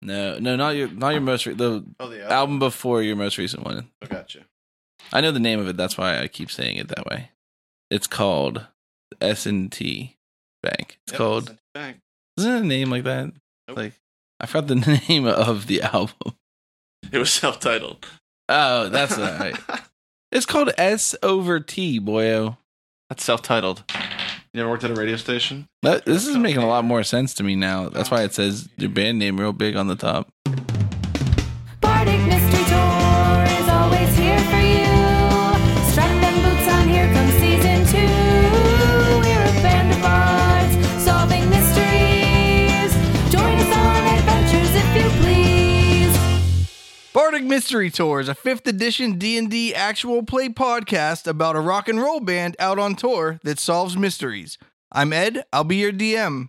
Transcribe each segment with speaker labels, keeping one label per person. Speaker 1: No, no, not your, not your most re- the
Speaker 2: Oh, the album.
Speaker 1: album before your most recent one.
Speaker 2: I gotcha.
Speaker 1: I know the name of it. That's why I keep saying it that way. It's called S and T Bank. It's
Speaker 2: Yep,
Speaker 1: called.
Speaker 2: send it back.
Speaker 1: Isn't it a name like that?
Speaker 2: Nope.
Speaker 1: Like I forgot the name of the album.
Speaker 2: It was self-titled.
Speaker 1: Oh, that's not right. It's called S over T, boyo.
Speaker 2: That's self-titled. You ever worked at a radio station?
Speaker 1: That, this is making a lot more sense to me now. That's why it says your band name real big on the top.
Speaker 3: Bardic Mystery Tour is always here for you. Strap them boots on, here comes season two. We're a band of bards solving mysteries. Join us on adventures if you please.
Speaker 4: Bardic Mystery Tour is a 5th edition D&D actual play podcast about a rock and roll band out on tour that solves mysteries. I'm Ed, I'll be your DM.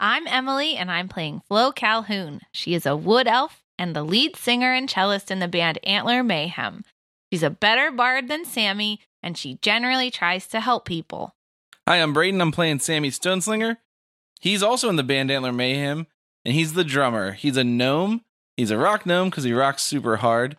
Speaker 5: I'm Emily, and I'm playing Flo Calhoun. She is a wood elf and the lead singer and cellist in the band Antler Mayhem. She's a better bard than Sammy, and she generally tries to help people.
Speaker 1: Hi, I'm Braden. I'm playing Sammy Stoneslinger. He's also in the band Antler Mayhem, and he's the drummer. He's a gnome. He's a rock gnome because he rocks super hard.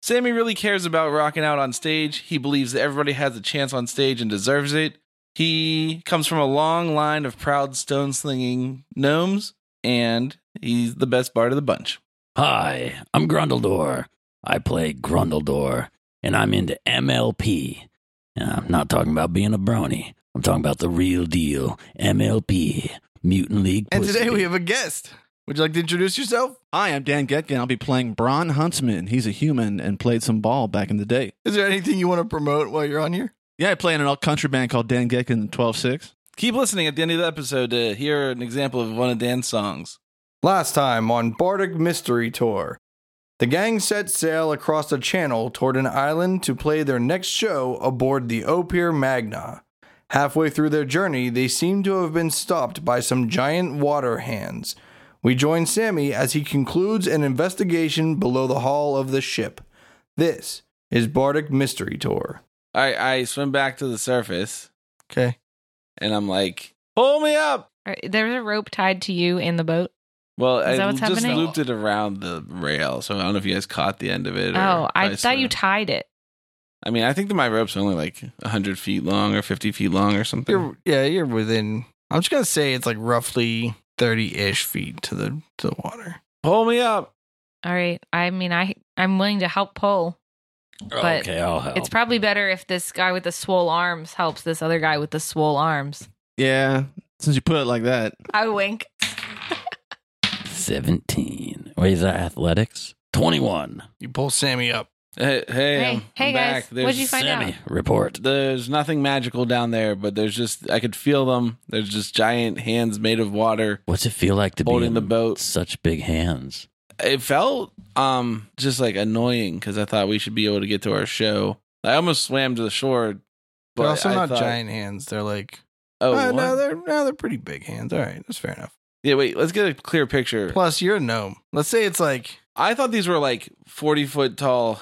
Speaker 1: Sammy really cares about rocking out on stage. He believes that everybody has a chance on stage and deserves it. He comes from a long line of proud stone slinging gnomes, and he's the best bard of the bunch.
Speaker 6: Hi, I'm Grundledor. I play Grundledor, and I'm into MLP. And I'm not talking about being a brony. I'm talking about the real deal, MLP, Mutant League.
Speaker 4: And
Speaker 6: Pussy.
Speaker 4: today we have a guest. Would you like to introduce yourself?
Speaker 7: Hi, I'm Dan Getkin. I'll be playing Bron Huntsman. He's a human and played some ball back in the day.
Speaker 4: Is there anything you want to promote while you're on here?
Speaker 7: Yeah, I play in an all country band called Dan Getkin 12 6.
Speaker 1: Keep listening at the end of the episode to hear an example of one of Dan's songs.
Speaker 4: Last time on Bardic Mystery Tour, the gang set sail across the channel toward an island to play their next show aboard the Opir Magna. Halfway through their journey, they seem to have been stopped by some giant water hands. We join Sammy as he concludes an investigation below the hull of the ship. This is Bardic Mystery Tour.
Speaker 1: I, I swim back to the surface,
Speaker 4: Okay.
Speaker 1: and I'm like, pull me up.
Speaker 5: All right, There's a rope tied to you in the boat.
Speaker 1: Well,
Speaker 5: Is that
Speaker 1: I
Speaker 5: what's
Speaker 1: just
Speaker 5: happening?
Speaker 1: looped it around the rail, so I don't know if you guys caught the end of it. or
Speaker 5: Oh, I
Speaker 1: vice
Speaker 5: thought you
Speaker 1: versa.
Speaker 5: tied it.
Speaker 1: I mean, I think that my rope's only like hundred feet long or fifty feet long or something.
Speaker 4: yeah, you're within I'm just gonna say it's like roughly thirty ish feet to the to the water.
Speaker 1: Pull me up.
Speaker 5: All right. I mean, I I'm willing to help pull. but
Speaker 6: okay, I'll help.
Speaker 5: It's probably better if this guy with the swole arms helps this other guy with the swole arms.
Speaker 7: Yeah, since you put it like that.
Speaker 5: I wink.
Speaker 6: 17. Wait, is that athletics? 21.
Speaker 4: You pull Sammy up.
Speaker 1: Hey, hey,
Speaker 5: Hey,
Speaker 1: I'm-
Speaker 5: hey,
Speaker 1: I'm
Speaker 5: guys.
Speaker 1: back. There's,
Speaker 5: What'd you find out?
Speaker 6: Sammy, report.
Speaker 1: There's nothing magical down there, but there's just I could feel them. There's just giant hands made of water.
Speaker 6: What's it feel like to be
Speaker 1: Holding
Speaker 6: in
Speaker 1: the boat.
Speaker 6: Such big hands.
Speaker 1: it felt um just like annoying because I thought we should be able to get to our show. I almost swam to the shore, but
Speaker 4: They're also
Speaker 1: I
Speaker 4: not
Speaker 1: thought-
Speaker 4: giant hands. They're like
Speaker 1: Oh,
Speaker 4: oh, no,
Speaker 1: what?
Speaker 4: they're no, they're pretty big hands. All right, that's fair enough.
Speaker 1: yeah. Wait, let's get a clear picture.
Speaker 4: Plus, you're a gnome. Let's say it's like
Speaker 1: I thought these were like forty foot tall,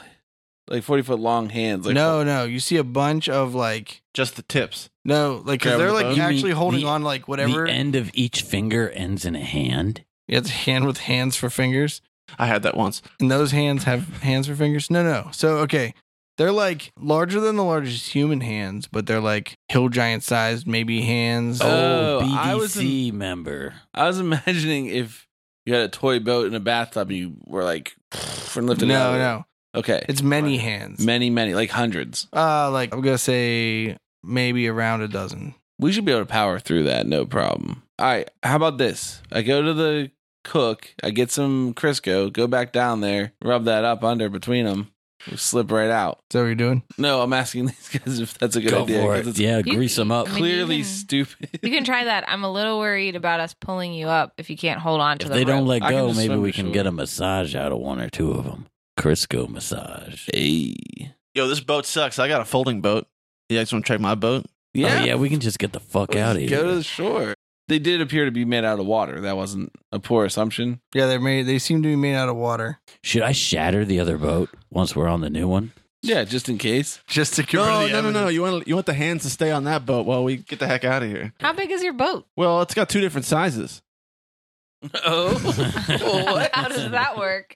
Speaker 1: like forty foot long hands. Like,
Speaker 4: no, no. You see a bunch of like
Speaker 7: Just the tips.
Speaker 4: no, like because
Speaker 7: Grab
Speaker 4: they're
Speaker 7: the
Speaker 4: like
Speaker 7: bone?
Speaker 6: You mean
Speaker 4: actually holding
Speaker 6: the-
Speaker 4: on like whatever.
Speaker 6: The end of each finger ends in a hand.
Speaker 4: You have to hand with hands for fingers,
Speaker 7: I had that once.
Speaker 4: and those hands have hands for fingers. No, no. So okay, they're like larger than the largest human hands, but they're like hill giant sized maybe hands.
Speaker 1: Oh,
Speaker 6: Oh,
Speaker 1: I was
Speaker 6: BDC member.
Speaker 1: I was imagining if you had a toy boat in a bathtub and you were like and
Speaker 4: no,
Speaker 1: lifted. it out.
Speaker 4: no.
Speaker 1: Okay,
Speaker 4: It's many hands.
Speaker 1: many, many, like hundreds.
Speaker 4: uh, like I'm gonna say maybe around a dozen.
Speaker 1: We should be able to power through that, no problem. All right, how about this? I go to the cook, I get some Crisco, go back down there, rub that up under between them, slip right out.
Speaker 4: Is that what you're doing?
Speaker 1: No, I'm asking these guys if that's a good
Speaker 6: Go
Speaker 1: idea.
Speaker 6: for
Speaker 1: 'cause
Speaker 6: it.
Speaker 1: It's
Speaker 6: Yeah,
Speaker 5: You-
Speaker 6: grease them up.
Speaker 5: I mean, you
Speaker 1: clearly
Speaker 5: can-
Speaker 1: stupid.
Speaker 5: You can try that. I'm a little worried about us pulling you up if you can't hold on to
Speaker 6: If
Speaker 5: the
Speaker 6: they don't
Speaker 5: rope.
Speaker 6: let
Speaker 1: I can
Speaker 6: go,
Speaker 1: just
Speaker 6: maybe
Speaker 1: swim
Speaker 6: we
Speaker 1: to
Speaker 6: can
Speaker 1: shore.
Speaker 6: get a massage out of one or two of them. Crisco massage.
Speaker 5: Eh,
Speaker 6: Oh,
Speaker 1: Hey.
Speaker 7: Yo, this boat sucks. I got a folding boat. You guys want to check my boat?
Speaker 6: Oh, yeah, we can just get the fuck out of
Speaker 1: Let's
Speaker 6: here.
Speaker 1: Go to the shore. They did appear to be made out of water. That wasn't a poor assumption.
Speaker 4: Yeah, they're made. They seem to be made out of water.
Speaker 6: Should I shatter the other boat once we're on the new one?
Speaker 1: Yeah, just in case.
Speaker 4: Just to get
Speaker 7: No, no, no, no. You want you want the hands to stay on that boat while we get the heck out of here.
Speaker 5: How big is your boat?
Speaker 7: Well, it's got two different sizes.
Speaker 1: Oh, what?
Speaker 5: How does that work?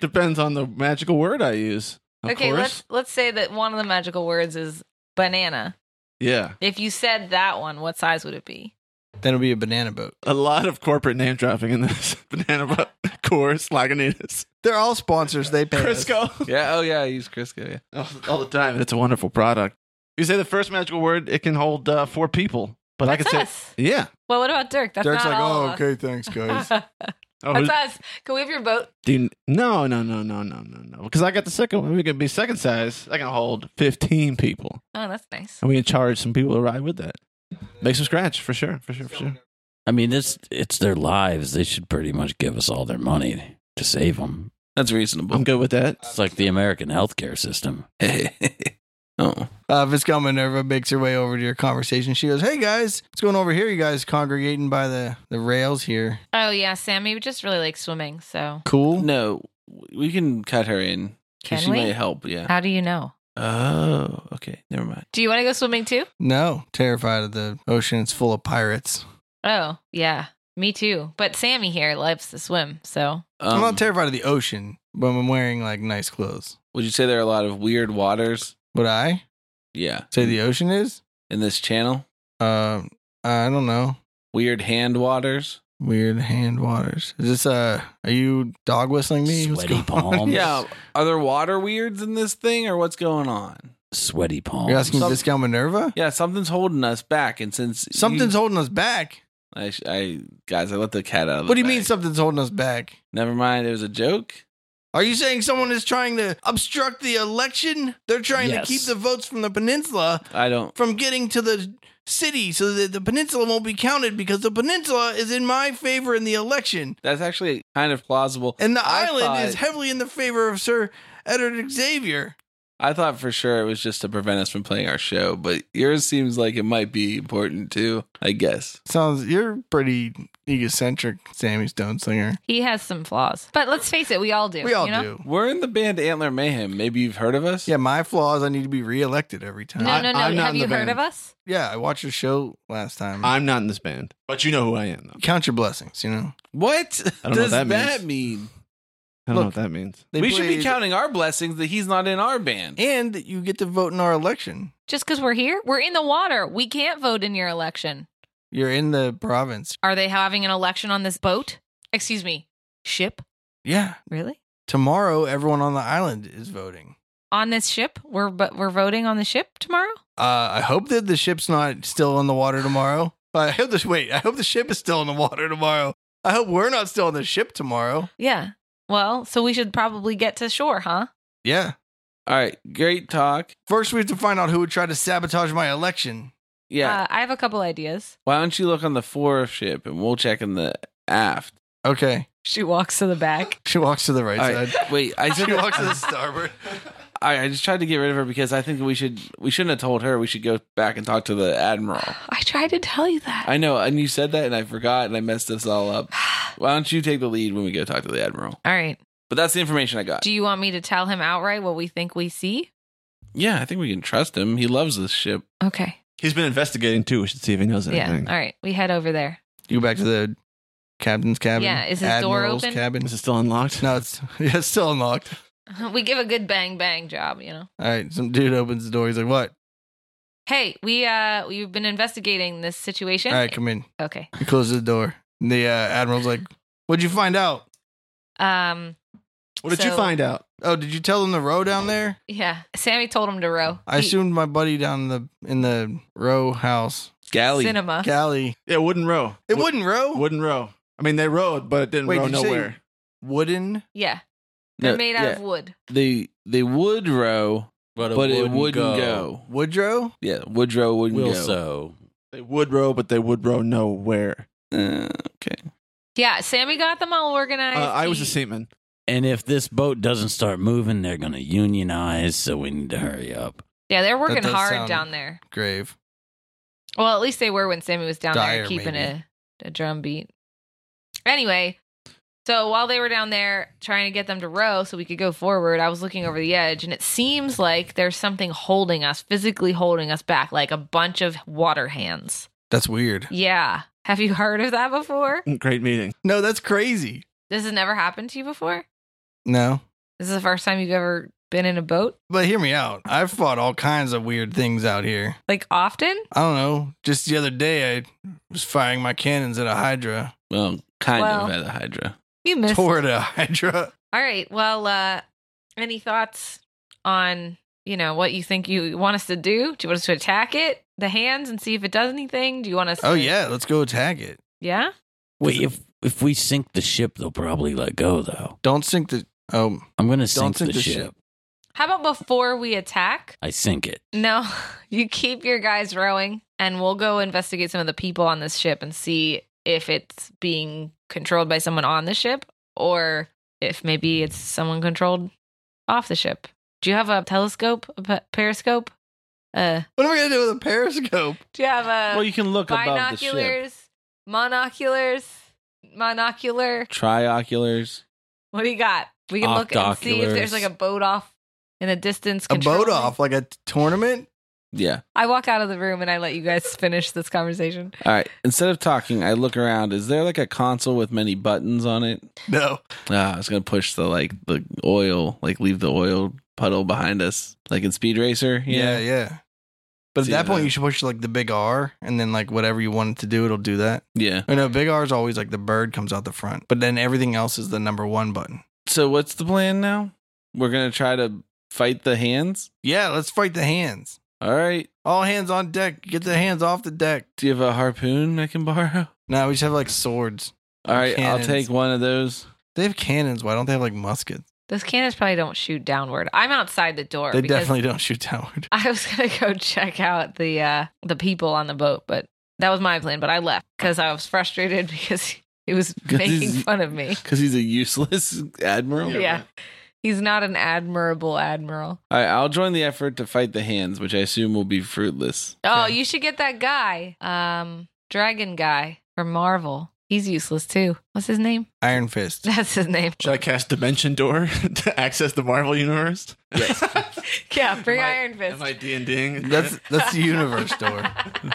Speaker 7: Depends on the magical word I use. Of
Speaker 5: okay,
Speaker 7: course.
Speaker 5: let's let's say that one of the magical words is banana.
Speaker 7: yeah.
Speaker 5: If you said that one, what size would it be?
Speaker 4: Then it'll be a banana boat.
Speaker 7: A lot of corporate name dropping in this. Banana Boat, Coors, Lagunitas,
Speaker 8: They're all sponsors. They pay us.
Speaker 7: Crisco.
Speaker 1: yeah. Oh, yeah. I use Crisco. Yeah.
Speaker 7: all, all the time. It's a wonderful product. You say the first magical word, it can hold uh, four people. But I
Speaker 5: That's
Speaker 7: could say,
Speaker 5: us.
Speaker 7: yeah.
Speaker 5: Well, what about Dirk? That's
Speaker 8: Derek's
Speaker 5: not
Speaker 8: like,
Speaker 5: all
Speaker 8: oh,
Speaker 5: of us.
Speaker 8: okay, thanks, guys.
Speaker 7: Oh,
Speaker 5: That's
Speaker 7: who's-
Speaker 5: us. Can we have your boat?
Speaker 7: do you- no, no, no, no, no, no, no. Because I got the second one. We can be second size. I can hold fifteen people,
Speaker 5: Oh, that's nice.
Speaker 7: and we can charge some people to ride with that. Make some scratch for sure, for sure, for sure.
Speaker 6: I mean, this it's their lives. They should pretty much give us all their money to save them.
Speaker 1: That's reasonable.
Speaker 7: I'm good with that.
Speaker 6: It's like the American healthcare system.
Speaker 1: oh,
Speaker 4: Uh, Viscal Minerva makes her way over to your conversation. She goes, Hey guys, what's going over here? You guys congregating by the, the rails here.
Speaker 5: Oh yeah, Sammy just really likes swimming. So
Speaker 4: Cool.
Speaker 1: no, we can cut her in. 'cause
Speaker 5: Can
Speaker 1: she
Speaker 5: we?
Speaker 1: may help. Yeah.
Speaker 5: how do you know?
Speaker 1: Oh, okay. Never mind.
Speaker 5: Do you want to go swimming too?
Speaker 4: No, terrified of the ocean. It's full of pirates.
Speaker 5: Oh yeah, me too. But Sammy here loves to swim. So
Speaker 1: Um,
Speaker 4: I'm not terrified of the ocean, but I'm wearing like nice clothes.
Speaker 1: would you say there are a lot of weird waters?
Speaker 4: Would I
Speaker 1: Yeah.
Speaker 4: say the ocean is?
Speaker 1: in this channel?
Speaker 4: Um, I don't know.
Speaker 1: Weird hand waters.
Speaker 4: Weird hand waters. Is this uh? Are you dog whistling me? What's
Speaker 6: Sweaty
Speaker 4: going on?
Speaker 6: palms.
Speaker 1: Yeah. Are there water weirds in this thing or what's going on?
Speaker 6: Sweaty palms.
Speaker 4: You're asking
Speaker 1: Some-
Speaker 4: Viscal Minerva.
Speaker 1: Yeah, something's holding us back. And since you-
Speaker 4: Something's holding us back.
Speaker 1: I, sh- I, guys, I let the cat out of the
Speaker 4: What do you mean
Speaker 1: bag.
Speaker 4: something's holding us back?
Speaker 1: Never mind. It was a joke.
Speaker 4: Are you saying someone is trying to obstruct the election? They're trying
Speaker 6: Yes.
Speaker 4: to keep the votes from the peninsula
Speaker 1: I don't.
Speaker 4: from getting to the city so that the peninsula won't be counted because the peninsula is in my favor in the election.
Speaker 1: That's actually kind of plausible.
Speaker 4: And the
Speaker 1: I
Speaker 4: island
Speaker 1: thought-
Speaker 4: is heavily in the favor of Sir Edward Xavier.
Speaker 1: I thought for sure it was just to prevent us from playing our show, but yours seems like it might be important too. I guess.
Speaker 4: Sounds you're pretty egocentric, Sammy Stone Singer.
Speaker 5: he has some flaws. But let's face it, we all do.
Speaker 4: We all
Speaker 5: you know?
Speaker 4: do.
Speaker 1: We're in the band Antler Mayhem. Maybe you've heard of us.
Speaker 4: Yeah, my flaws. I need to be reelected every time.
Speaker 5: No,
Speaker 7: I-
Speaker 5: no, no.
Speaker 7: I'm not
Speaker 5: have
Speaker 7: in
Speaker 5: you
Speaker 7: the
Speaker 5: heard
Speaker 7: band.
Speaker 5: of us?
Speaker 4: yeah, I watched your show last time.
Speaker 7: I'm not in this band, Mm-hmm. but you know who I am. Though.
Speaker 4: Count your blessings. You know,
Speaker 1: What
Speaker 7: I don't know
Speaker 1: does
Speaker 7: what that
Speaker 1: that mean?
Speaker 7: I don't
Speaker 4: Look.
Speaker 7: know what that means.
Speaker 4: They
Speaker 1: we should be
Speaker 4: played-
Speaker 1: counting our blessings that he's not in our band.
Speaker 4: and that you get to vote in our election.
Speaker 5: Just because we're here, we're in the water. We can't vote in your election.
Speaker 4: You're in the province.
Speaker 5: Are they having an election on this boat? Excuse me, ship?
Speaker 4: Yeah,
Speaker 5: Really?
Speaker 4: tomorrow everyone on the island is voting.
Speaker 5: On this ship? We're but we're voting on the ship tomorrow.
Speaker 4: Uh, I hope that the ship's not still in the water tomorrow. I hope this. Wait, I hope the ship is still in the water tomorrow. I hope we're not still on the ship tomorrow.
Speaker 5: Yeah. Well, so we should probably get to shore, huh?
Speaker 4: Yeah.
Speaker 1: All right, great talk.
Speaker 4: First, we have to find out who would try to sabotage my election.
Speaker 1: Yeah.
Speaker 5: Uh, I have a couple ideas.
Speaker 1: Why don't you look on the foreship and we'll check in the aft?
Speaker 4: Okay.
Speaker 5: She walks to the back.
Speaker 4: She walks to the right
Speaker 1: All right,
Speaker 4: side.
Speaker 1: wait, I said
Speaker 4: She walks to the starboard.
Speaker 1: I, I just tried to get rid of her because I think we should we shouldn't have told her. We should go back and talk to the admiral.
Speaker 5: I tried to tell you that.
Speaker 1: I know, and you said that, and I forgot, and I messed us all up. Why don't you take the lead when we go talk to the admiral?
Speaker 5: All right.
Speaker 1: But that's the information I got.
Speaker 5: Do you want me to tell him outright what we think we see?
Speaker 1: yeah, I think we can trust him. He loves this ship.
Speaker 5: Okay.
Speaker 7: He's been investigating too. We should see if he knows
Speaker 5: yeah.
Speaker 7: anything.
Speaker 5: All right. We head over there.
Speaker 4: You go back to the captain's cabin.
Speaker 5: Yeah, is his door
Speaker 4: Admiral's
Speaker 5: open?
Speaker 4: Cabin.
Speaker 7: Is it still unlocked?
Speaker 4: No, it's yeah, it's still unlocked.
Speaker 5: We give a good bang bang job, you know.
Speaker 4: All right, some dude opens the door. He's like, "What?
Speaker 5: Hey, we uh we've been investigating this situation.
Speaker 4: All right, come in."
Speaker 5: okay.
Speaker 4: He closes the door. And the uh, admiral's like, "What'd you find out?
Speaker 5: Um
Speaker 7: What did you
Speaker 5: So-
Speaker 7: find out?
Speaker 4: Oh, did you tell them the row down there?
Speaker 5: yeah. Sammy told him to row.
Speaker 4: I assumed my buddy down in the in the row house
Speaker 1: Galley.
Speaker 5: cinema.
Speaker 4: galley.
Speaker 7: Yeah, wooden row.
Speaker 4: It
Speaker 7: Wo-
Speaker 4: wouldn't row.
Speaker 7: Wooden row. I mean, they rowed, but it didn't
Speaker 4: Wait,
Speaker 7: row
Speaker 4: did you say-
Speaker 7: nowhere.
Speaker 4: Wooden.
Speaker 5: yeah. They're
Speaker 1: No,
Speaker 5: made out
Speaker 1: yeah.
Speaker 5: of wood.
Speaker 1: They they would row, but, it wouldn't go.
Speaker 4: Woodrow.
Speaker 1: Yeah, Woodrow wouldn't
Speaker 6: Will
Speaker 1: go.
Speaker 6: so.
Speaker 7: They would row, but they would row nowhere.
Speaker 1: Uh,
Speaker 5: Yeah, Sammy got them all
Speaker 7: Uh,
Speaker 5: organized.
Speaker 7: I was
Speaker 5: He-
Speaker 7: a seaman.
Speaker 6: And if this boat doesn't start moving, they're going to unionize, so we need to hurry up.
Speaker 5: Yeah, they're working
Speaker 4: does
Speaker 5: hard
Speaker 4: sound-
Speaker 5: down there.
Speaker 4: Grave.
Speaker 5: Well, at least they were when Sammy was down
Speaker 4: Dire,
Speaker 5: there keeping
Speaker 4: maybe.
Speaker 5: a, a drum beat. Anyway, so while they were down there trying to get them to row so we could go forward, I was looking over the edge and it seems like there's something holding us, physically holding us back, like a bunch of water hands.
Speaker 4: That's weird.
Speaker 5: Yeah. Have you heard of that before?
Speaker 7: Great meeting.
Speaker 4: No, that's crazy.
Speaker 5: This has never happened to you before?
Speaker 4: No.
Speaker 5: This is the first time you've ever been in a boat?
Speaker 4: But hear me out. I've fought all kinds of weird things out here.
Speaker 5: Like often?
Speaker 4: I don't know. Just the other day, I was firing my cannons at a Hydra.
Speaker 1: Well, kind
Speaker 5: Well-
Speaker 1: of at a Hydra.
Speaker 5: You missed.
Speaker 4: Toward a Hydra.
Speaker 5: All right. Well, uh any thoughts on, you know, what you think you want us to do? Do you want us to attack it, the hands and see if it does anything? Do you want us
Speaker 4: Oh,
Speaker 5: to-
Speaker 4: yeah. Let's go attack it.
Speaker 5: Yeah?
Speaker 6: Wait, if if we sink the ship, they'll probably let go. Though
Speaker 4: Don't sink the. Oh,
Speaker 6: I'm gonna
Speaker 4: Don't
Speaker 6: sink, the,
Speaker 4: sink the
Speaker 6: ship.
Speaker 4: ship.
Speaker 5: How about before we attack?
Speaker 6: I sink it.
Speaker 5: No, you keep your guys rowing and we'll go investigate some of the people on this ship and see if it's being controlled by someone on the ship or if maybe it's someone controlled off the ship. Do you have a telescope, a pe- periscope? Uh,
Speaker 4: what am I going to do with a periscope?
Speaker 5: do you have a
Speaker 1: Well, you can look above the ship.
Speaker 5: uh, binoculars, monoculars, monocular?
Speaker 1: Trioculars.
Speaker 5: What do you got? We can look and see if
Speaker 6: Octoculars.
Speaker 5: there's like a boat off in the distance.
Speaker 4: A boat
Speaker 5: controlling-
Speaker 4: off, like a t- tournament?
Speaker 1: Yeah.
Speaker 5: I walk out of the room and I let you guys finish this conversation.
Speaker 1: All right. Instead of talking, I look around. Is there like a console with many buttons on it?
Speaker 4: No.
Speaker 1: Ah, I was gonna push the like the oil, like leave the oil puddle behind us, like in Speed Racer. you
Speaker 4: Yeah, yeah.
Speaker 1: know?
Speaker 4: But at
Speaker 1: See
Speaker 4: that point,
Speaker 1: the-
Speaker 4: you should push like the big R, and then like whatever you want it to do, it'll do that.
Speaker 1: yeah.
Speaker 4: Or no, big R is always like the bird comes out the front, but then everything else is the number one button.
Speaker 1: So what's the plan now? We're gonna try to fight the hands.
Speaker 4: Yeah, let's fight the hands.
Speaker 1: All right.
Speaker 4: All hands on deck. Get the hands off the deck.
Speaker 1: Do you have a harpoon I can borrow?
Speaker 4: No, we just have like swords.
Speaker 1: All right.
Speaker 4: Cannons.
Speaker 1: I'll take one of those.
Speaker 4: They have cannons. Why don't they have like muskets?
Speaker 5: Those cannons probably don't shoot downward. I'm outside the door.
Speaker 4: They
Speaker 5: because
Speaker 4: definitely don't shoot downward.
Speaker 5: I was gonna go check out the uh, the people on the boat, but that was my plan. But I left because I was frustrated because he was
Speaker 1: 'Cause
Speaker 5: making
Speaker 1: he's- Oh,
Speaker 5: fun of me.
Speaker 1: Because he's a useless admiral.
Speaker 5: Yeah, he's not an admirable admiral.
Speaker 1: All right. I'll join the effort to fight the hands, which I assume will be fruitless.
Speaker 5: Oh,
Speaker 4: Okay.
Speaker 5: you should get that guy, um, Dragon guy from Marvel. He's useless too. What's his name?
Speaker 4: Iron Fist.
Speaker 5: That's his name.
Speaker 7: Should I cast Dimension Door to access the Marvel universe? Yes.
Speaker 5: Yeah, bring Iron Fist.
Speaker 7: Am I D and Ding?
Speaker 4: That's that's the universe door. You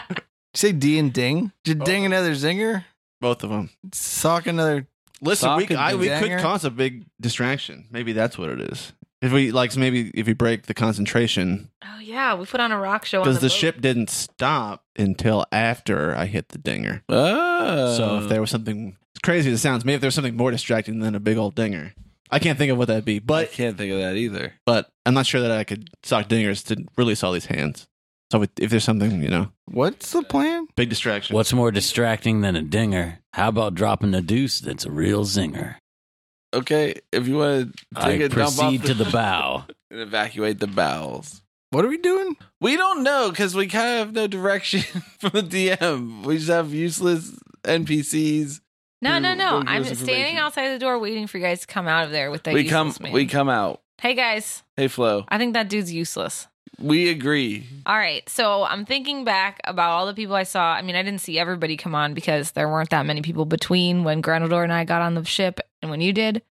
Speaker 4: say D and ding? Did you ding another zinger?
Speaker 7: both of them.
Speaker 4: Sock another.
Speaker 7: Listen,
Speaker 1: Sock
Speaker 7: we,
Speaker 1: and
Speaker 7: I, we
Speaker 4: Danger.
Speaker 7: could cause a big distraction. Maybe that's what it is. If we like, maybe if we break the concentration,
Speaker 5: Oh yeah, we put on a rock show on
Speaker 7: because the,
Speaker 5: boat.
Speaker 7: ship didn't stop until after I hit the dinger.
Speaker 1: Oh.
Speaker 7: so if there was something as crazy as it sounds, maybe if there's something more distracting than a big old dinger. I can't think of what that'd be,
Speaker 1: I
Speaker 7: but
Speaker 1: can't think of that either.
Speaker 7: but I'm not sure that I could sock dingers to release all these hands. So if, if there's something, you know,
Speaker 4: What's the plan?
Speaker 7: big distraction.
Speaker 6: What's more distracting than a dinger? How about dropping a deuce? That's a real zinger.
Speaker 1: Okay, if you want to
Speaker 6: I
Speaker 1: take a dump off
Speaker 6: proceed to the bow.
Speaker 1: and evacuate the bowels.
Speaker 4: What are we doing?
Speaker 1: We don't know because we kind of have no direction from the DM. We just have useless NPCs.
Speaker 5: No,
Speaker 1: who
Speaker 5: no, no.
Speaker 1: don't give
Speaker 5: I'm
Speaker 1: us
Speaker 5: standing
Speaker 1: information.
Speaker 5: outside the door waiting for you guys to come out of there with that
Speaker 1: we come,
Speaker 5: useless man.
Speaker 1: we come out.
Speaker 5: Hey guys,
Speaker 1: Hey Flo,
Speaker 5: I think that dude's useless.
Speaker 1: we agree.
Speaker 5: All right, so I'm thinking back about all the people I saw. I mean, I didn't see everybody come on because there weren't that many people between when Granador and I got on the ship and when you did.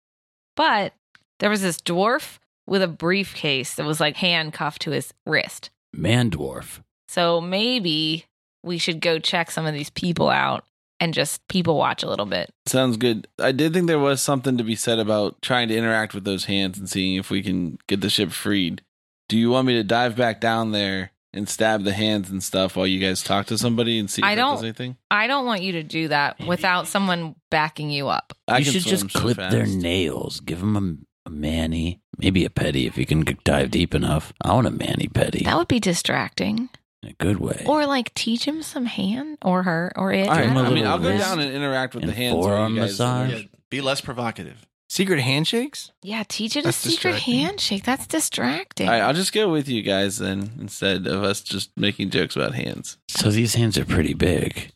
Speaker 5: But there was this dwarf with a briefcase that was like handcuffed to his wrist.
Speaker 6: Man dwarf.
Speaker 5: So maybe we should go check some of these people out and just people watch a little bit.
Speaker 1: Sounds good. I did think there was something to be said about trying to interact with those hands and seeing if we can get the ship freed. Do you want me to dive back down there and stab the hands and stuff while you guys talk to somebody and see if
Speaker 5: I
Speaker 1: that
Speaker 5: don't-
Speaker 1: does anything?
Speaker 5: I don't want you to do that without someone backing you up.
Speaker 1: I
Speaker 6: you
Speaker 1: can
Speaker 6: should just
Speaker 1: swim so
Speaker 6: clip their
Speaker 1: fast.
Speaker 6: nails. Give them a, a manny, maybe a petty if you can g- dive deep enough. I want a manny petty
Speaker 5: That would be distracting.
Speaker 6: in a good way.
Speaker 5: Or like teach him some hand or her or it.
Speaker 1: All right,
Speaker 6: Give 'em a
Speaker 1: I mean,
Speaker 6: little
Speaker 1: I'll go
Speaker 6: wrist
Speaker 1: down and interact with
Speaker 6: and
Speaker 1: the hands. while you
Speaker 6: forearm
Speaker 1: guys
Speaker 6: massage.
Speaker 1: learn.
Speaker 7: Yeah, be less provocative.
Speaker 4: Secret handshakes?
Speaker 5: Yeah, teach it a
Speaker 4: That's
Speaker 5: secret
Speaker 4: distracting.
Speaker 5: handshake. That's distracting.
Speaker 1: All right, I'll just go with you guys then instead of us just making jokes about hands.
Speaker 6: so these hands are pretty big.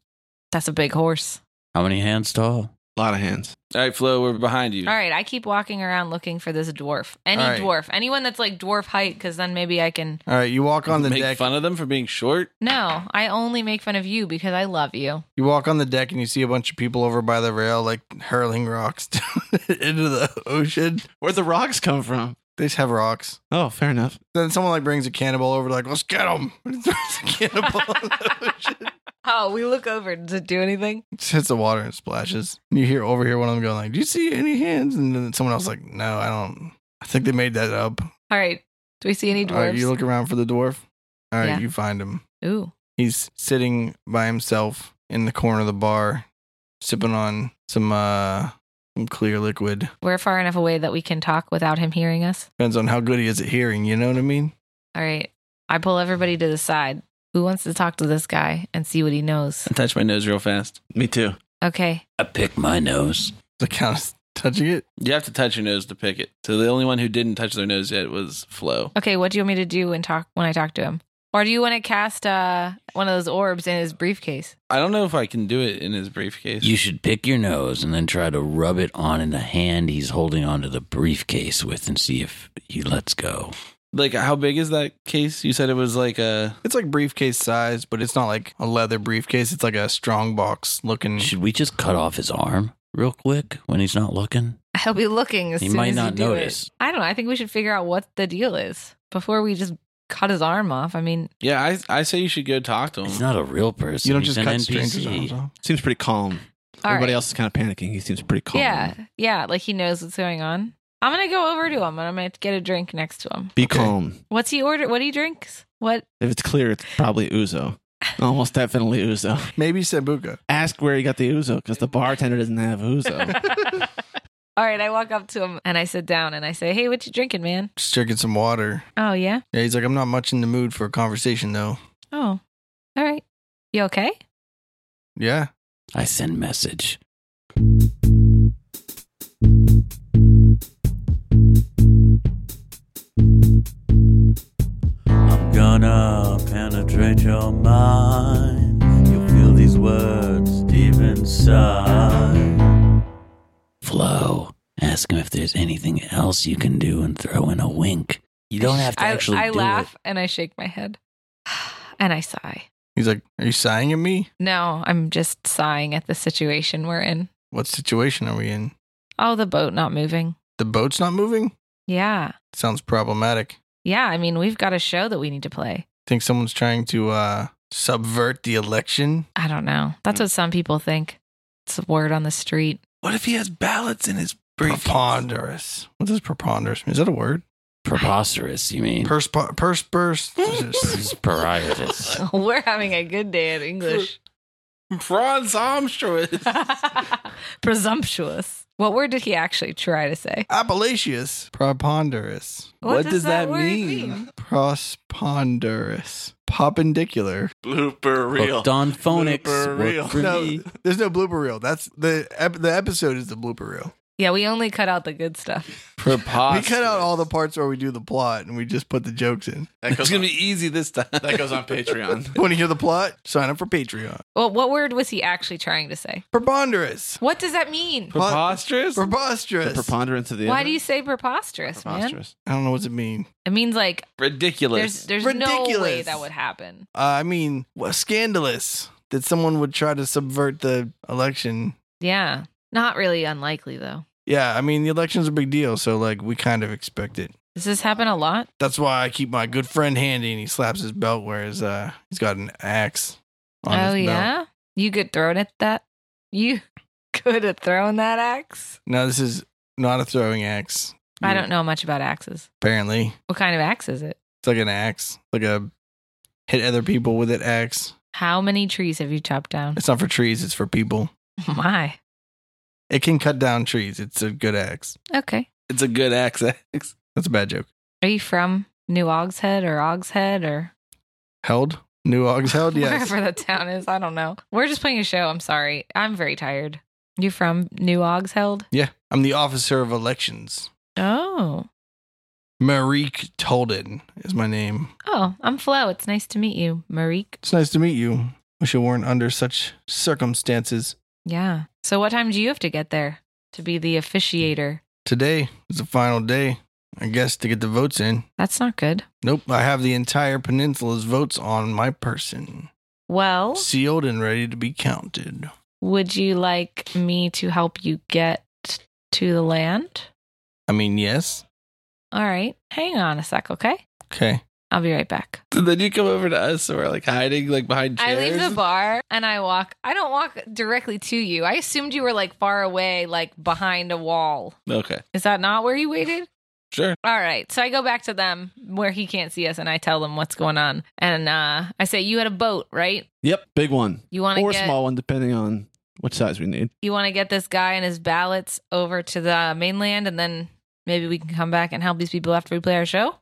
Speaker 5: That's a big horse.
Speaker 6: How many hands tall?
Speaker 7: A lot of hands.
Speaker 1: All right, Flo, we're behind you.
Speaker 5: All right, I keep walking around looking for this dwarf. Any
Speaker 4: All right.
Speaker 5: dwarf, anyone that's like dwarf height, because then maybe I can.
Speaker 4: All right, you walk on the
Speaker 1: Make
Speaker 4: deck.
Speaker 1: fun of them for being short.
Speaker 5: No, I only make fun of you because I love you.
Speaker 4: You walk on the deck and you see a bunch of people over by the rail, like hurling rocks into the ocean.
Speaker 7: Where'd the rocks come from?
Speaker 4: They just have rocks.
Speaker 7: Oh, fair enough.
Speaker 4: Then someone like brings a cannonball over, like let's get them. Throws a cannonball in the ocean.
Speaker 5: Oh, we look over. Does it do anything?
Speaker 4: Just hits the water and splashes. And you hear over here one of them going like, "Do you see any hands?" And then someone else like, "No, I don't. I think they made that up."
Speaker 5: All right. Do we see any
Speaker 4: All right,
Speaker 5: dwarves?
Speaker 4: you look around for the dwarf. All right,
Speaker 5: Yeah.
Speaker 4: you find him.
Speaker 5: Ooh.
Speaker 4: He's sitting by himself in the corner of the bar, sipping on some uh some clear liquid.
Speaker 5: We're far enough away that we can talk without him hearing us.
Speaker 4: Depends on how good he is at hearing. You know what I mean?
Speaker 5: All right. I pull everybody to the side. Who wants to talk to this guy and see what he knows?
Speaker 1: I touch my nose real fast.
Speaker 9: Me too.
Speaker 5: Okay.
Speaker 6: I pick my nose.
Speaker 4: The count is touching it.
Speaker 1: You have to touch your nose to pick it. So the only one who didn't touch their nose yet was Flo.
Speaker 5: Okay, what do you want me to do when talk when I talk to him? Or do you want to cast uh one of those orbs in his briefcase?
Speaker 1: I don't know if I can do it in his briefcase.
Speaker 6: You should pick your nose and then try to rub it on in the hand he's holding onto the briefcase with and see if he lets go.
Speaker 1: like, how big is that case? You said it was like a.
Speaker 4: It's like briefcase size, but it's not like a leather briefcase. It's like a strong box looking.
Speaker 6: Should we just cut off his arm real quick when he's not looking?
Speaker 5: He'll be looking as
Speaker 6: He
Speaker 5: soon
Speaker 6: might
Speaker 5: as
Speaker 6: not
Speaker 5: you do
Speaker 6: notice.
Speaker 5: It. I don't know. I think we should figure out what the deal is before we just cut his arm off. I mean,
Speaker 1: Yeah, I I say you should go talk to him.
Speaker 6: He's not a real
Speaker 4: Um,
Speaker 6: person.
Speaker 4: You don't
Speaker 6: he's
Speaker 4: just
Speaker 6: an
Speaker 4: cut strangers. arms
Speaker 6: NPC.
Speaker 4: off.
Speaker 7: Seems pretty calm.
Speaker 5: all
Speaker 7: Everybody
Speaker 5: right.
Speaker 7: else is kind of panicking. He seems pretty calm.
Speaker 5: Yeah, yeah. Like he knows what's going on. I'm gonna go over to him and I'm gonna get a drink next to him.
Speaker 7: Be calm.
Speaker 5: What's he order? What he drinks? What?
Speaker 7: If it's clear, it's probably Uzo. Almost definitely Uzo.
Speaker 4: Maybe Sambuca.
Speaker 7: Ask where he got the Uzo because the bartender doesn't have Uzo.
Speaker 5: All right, I walk up to him and I sit down and I say, "Hey, what you drinking, man?"
Speaker 4: Just drinking some water.
Speaker 5: Oh yeah.
Speaker 4: Yeah, he's like, I'm not much in the mood for a conversation though.
Speaker 5: Oh, all right. You okay?
Speaker 4: Yeah.
Speaker 6: I send message. I'm gonna penetrate your mind. You'll feel these words deep inside. Flo, ask him if there's anything else you can do and throw in a wink. You don't have to
Speaker 5: I,
Speaker 6: actually
Speaker 5: I
Speaker 6: do
Speaker 5: laugh and I shake my head and I sigh.
Speaker 4: He's like, Are you sighing at me?
Speaker 5: No, I'm just sighing at the situation we're in.
Speaker 4: What situation are we in?
Speaker 5: Oh, the boat not moving.
Speaker 4: The boat's not moving?
Speaker 5: Yeah.
Speaker 4: Sounds problematic.
Speaker 5: Yeah. I mean, we've got a show that we need to play.
Speaker 4: Think someone's trying to uh subvert the election?
Speaker 5: I don't know. That's what some people think. It's a word on the street.
Speaker 1: what if he has ballots in his briefcase?
Speaker 4: Preponderous. What does preponderous mean? Is that a word?
Speaker 6: it. Preposterous, you mean?
Speaker 4: Perspo- perspers.
Speaker 6: Preposterous.
Speaker 5: we're having a good day at English.
Speaker 1: Franz Armstrong.
Speaker 5: Presumptuous. What word did he actually try to say?
Speaker 4: Appalachius. Preponderous.
Speaker 5: What, does, that, mean?
Speaker 4: Prosponderous. Popendicular.
Speaker 9: Blooper reel.
Speaker 6: Hooked on phonics.
Speaker 9: Blooper
Speaker 6: worked
Speaker 9: reel.
Speaker 6: for
Speaker 4: No,
Speaker 6: me.
Speaker 4: there's no blooper reel. That's the ep- the episode is the blooper reel.
Speaker 5: Yeah, we only cut out the good stuff.
Speaker 1: Preposterous.
Speaker 4: we cut out all the parts where we do the plot and we just put the jokes in.
Speaker 9: That
Speaker 1: It's
Speaker 9: goes,
Speaker 1: gonna
Speaker 9: on,
Speaker 1: be easy this time.
Speaker 9: that goes on Patreon.
Speaker 4: Want to hear the plot? Sign up for Patreon.
Speaker 5: Well, what word was he actually trying to say?
Speaker 4: Preponderous.
Speaker 5: What does that mean?
Speaker 1: Preposterous.
Speaker 7: the
Speaker 4: Preposterous.
Speaker 7: preponderance of the
Speaker 5: Why do you say preposterous, man?
Speaker 7: preposterous?
Speaker 4: I don't know what it mean.
Speaker 5: It means like
Speaker 1: Ridiculous.
Speaker 5: there's there's no way
Speaker 4: Ridiculous.
Speaker 5: that would happen.
Speaker 4: Uh, I mean, wha- scandalous that someone would try to subvert the election.
Speaker 5: Yeah. Not really unlikely though.
Speaker 4: Yeah, I mean, the election's a big deal, so like we kind of expect it.
Speaker 5: Does this happen a lot?
Speaker 4: That's why I keep my good friend handy and he slaps his belt, whereas uh, he's got an axe. On
Speaker 5: oh
Speaker 4: his belt.
Speaker 5: yeah? You good throwing at that? You good at throwing that axe?
Speaker 4: No, this is not a throwing axe.
Speaker 5: I don't know much about axes.
Speaker 4: Apparently,
Speaker 5: What kind of axe is it?
Speaker 4: it's like an axe, like a hit other people with it axe.
Speaker 5: How many trees have you chopped down?
Speaker 4: It's not for trees; it's for people.
Speaker 5: My.
Speaker 4: It can cut down trees. It's a good axe.
Speaker 5: Okay.
Speaker 1: it's a good accent.
Speaker 4: That's a bad joke.
Speaker 5: Are you from New Ogshead or Ogshead or
Speaker 4: Held New Ogs held. Yes.
Speaker 5: wherever the town is? I don't know. We're just playing a show. I'm sorry. I'm very tired. You from New Ogshead?
Speaker 4: yeah, I'm the officer of elections.
Speaker 5: Oh.
Speaker 4: Marique Tolden is my name.
Speaker 5: Oh, I'm Flo. It's nice to meet you, Marique.
Speaker 4: It's nice to meet you. Wish I weren't under such circumstances.
Speaker 5: Yeah. So what time do you have to get there to be the officiator?
Speaker 4: Today is the final day, I guess, to get the votes in.
Speaker 5: That's not good.
Speaker 4: Nope, I have the entire peninsula's votes on my person.
Speaker 5: Well,
Speaker 4: sealed and ready to be counted.
Speaker 5: would you like me to help you get to the land?
Speaker 4: I mean, yes.
Speaker 5: All right. Hang on a sec, okay?
Speaker 4: Okay.
Speaker 5: I'll be right back.
Speaker 1: And then you come over to us, and we're like hiding like behind
Speaker 5: I
Speaker 1: chairs.
Speaker 5: leave the bar and I walk. I don't walk directly to you. I assumed you were like far away, like behind a wall.
Speaker 1: okay,
Speaker 5: Is that not where you waited?
Speaker 1: sure.
Speaker 5: All right. So I go back to them where he can't see us and I tell them what's going on. And uh, I say, You had a boat, right?
Speaker 7: Yep, big one
Speaker 5: You want to
Speaker 7: or
Speaker 5: get
Speaker 7: small one, depending on what size we need.
Speaker 5: you want to get this guy and his ballots over to the mainland and then maybe we can come back and help these people after we play our show?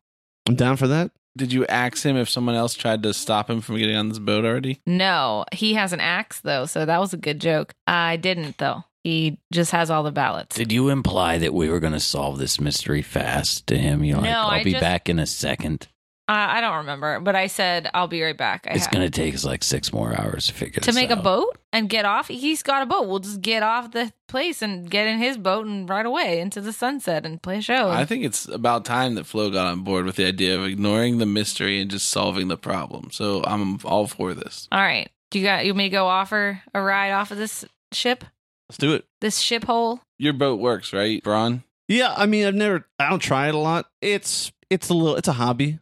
Speaker 7: I'm down for that.
Speaker 1: Did you ask him if someone else tried to stop him from getting on this boat already?
Speaker 5: No, he has an axe though, so that was a good joke. I didn't though. He just has all the ballots.
Speaker 6: Did you imply that we were going to solve this mystery fast to him? You're like,
Speaker 5: No,
Speaker 6: I'll
Speaker 5: I
Speaker 6: be
Speaker 5: just-
Speaker 6: back in a second.
Speaker 5: Uh, I don't remember, but I said I'll be right back. I
Speaker 6: It's
Speaker 5: ha-
Speaker 6: going to take us like six more hours to figure
Speaker 5: to
Speaker 6: this
Speaker 5: make a
Speaker 6: out.
Speaker 5: boat and get off. He's got a boat. We'll just get off the place and get in his boat and ride away into the sunset and play a show.
Speaker 1: I think it's about time that Flo got on board with the idea of ignoring the mystery and just solving the problem. So I'm all for this.
Speaker 5: All right. Do you got you want me to go offer a ride off of this ship?
Speaker 7: Let's do it.
Speaker 5: This ship hole?
Speaker 1: Your boat works, right, Braun?
Speaker 7: Yeah, I mean, I've never. I don't try it a lot. It's it's a little. It's a hobby.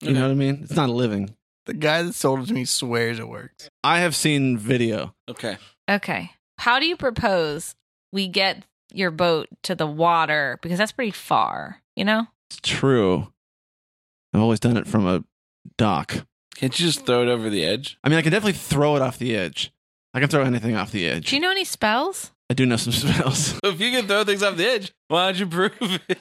Speaker 7: You
Speaker 1: Okay.
Speaker 7: know what I mean? It's not a living.
Speaker 4: The guy that sold it to me swears it works.
Speaker 7: I have seen video.
Speaker 1: Okay.
Speaker 5: Okay. How do you propose we get your boat to the water? Because that's pretty far, you know?
Speaker 7: It's true. I've always done it from a dock.
Speaker 1: Can't you just throw it over the edge?
Speaker 7: I mean, I can definitely throw it off the edge. I can throw anything off the edge.
Speaker 5: Do you know any spells?
Speaker 7: I do know some spells.
Speaker 1: If you can throw things off the edge, why don't you prove it?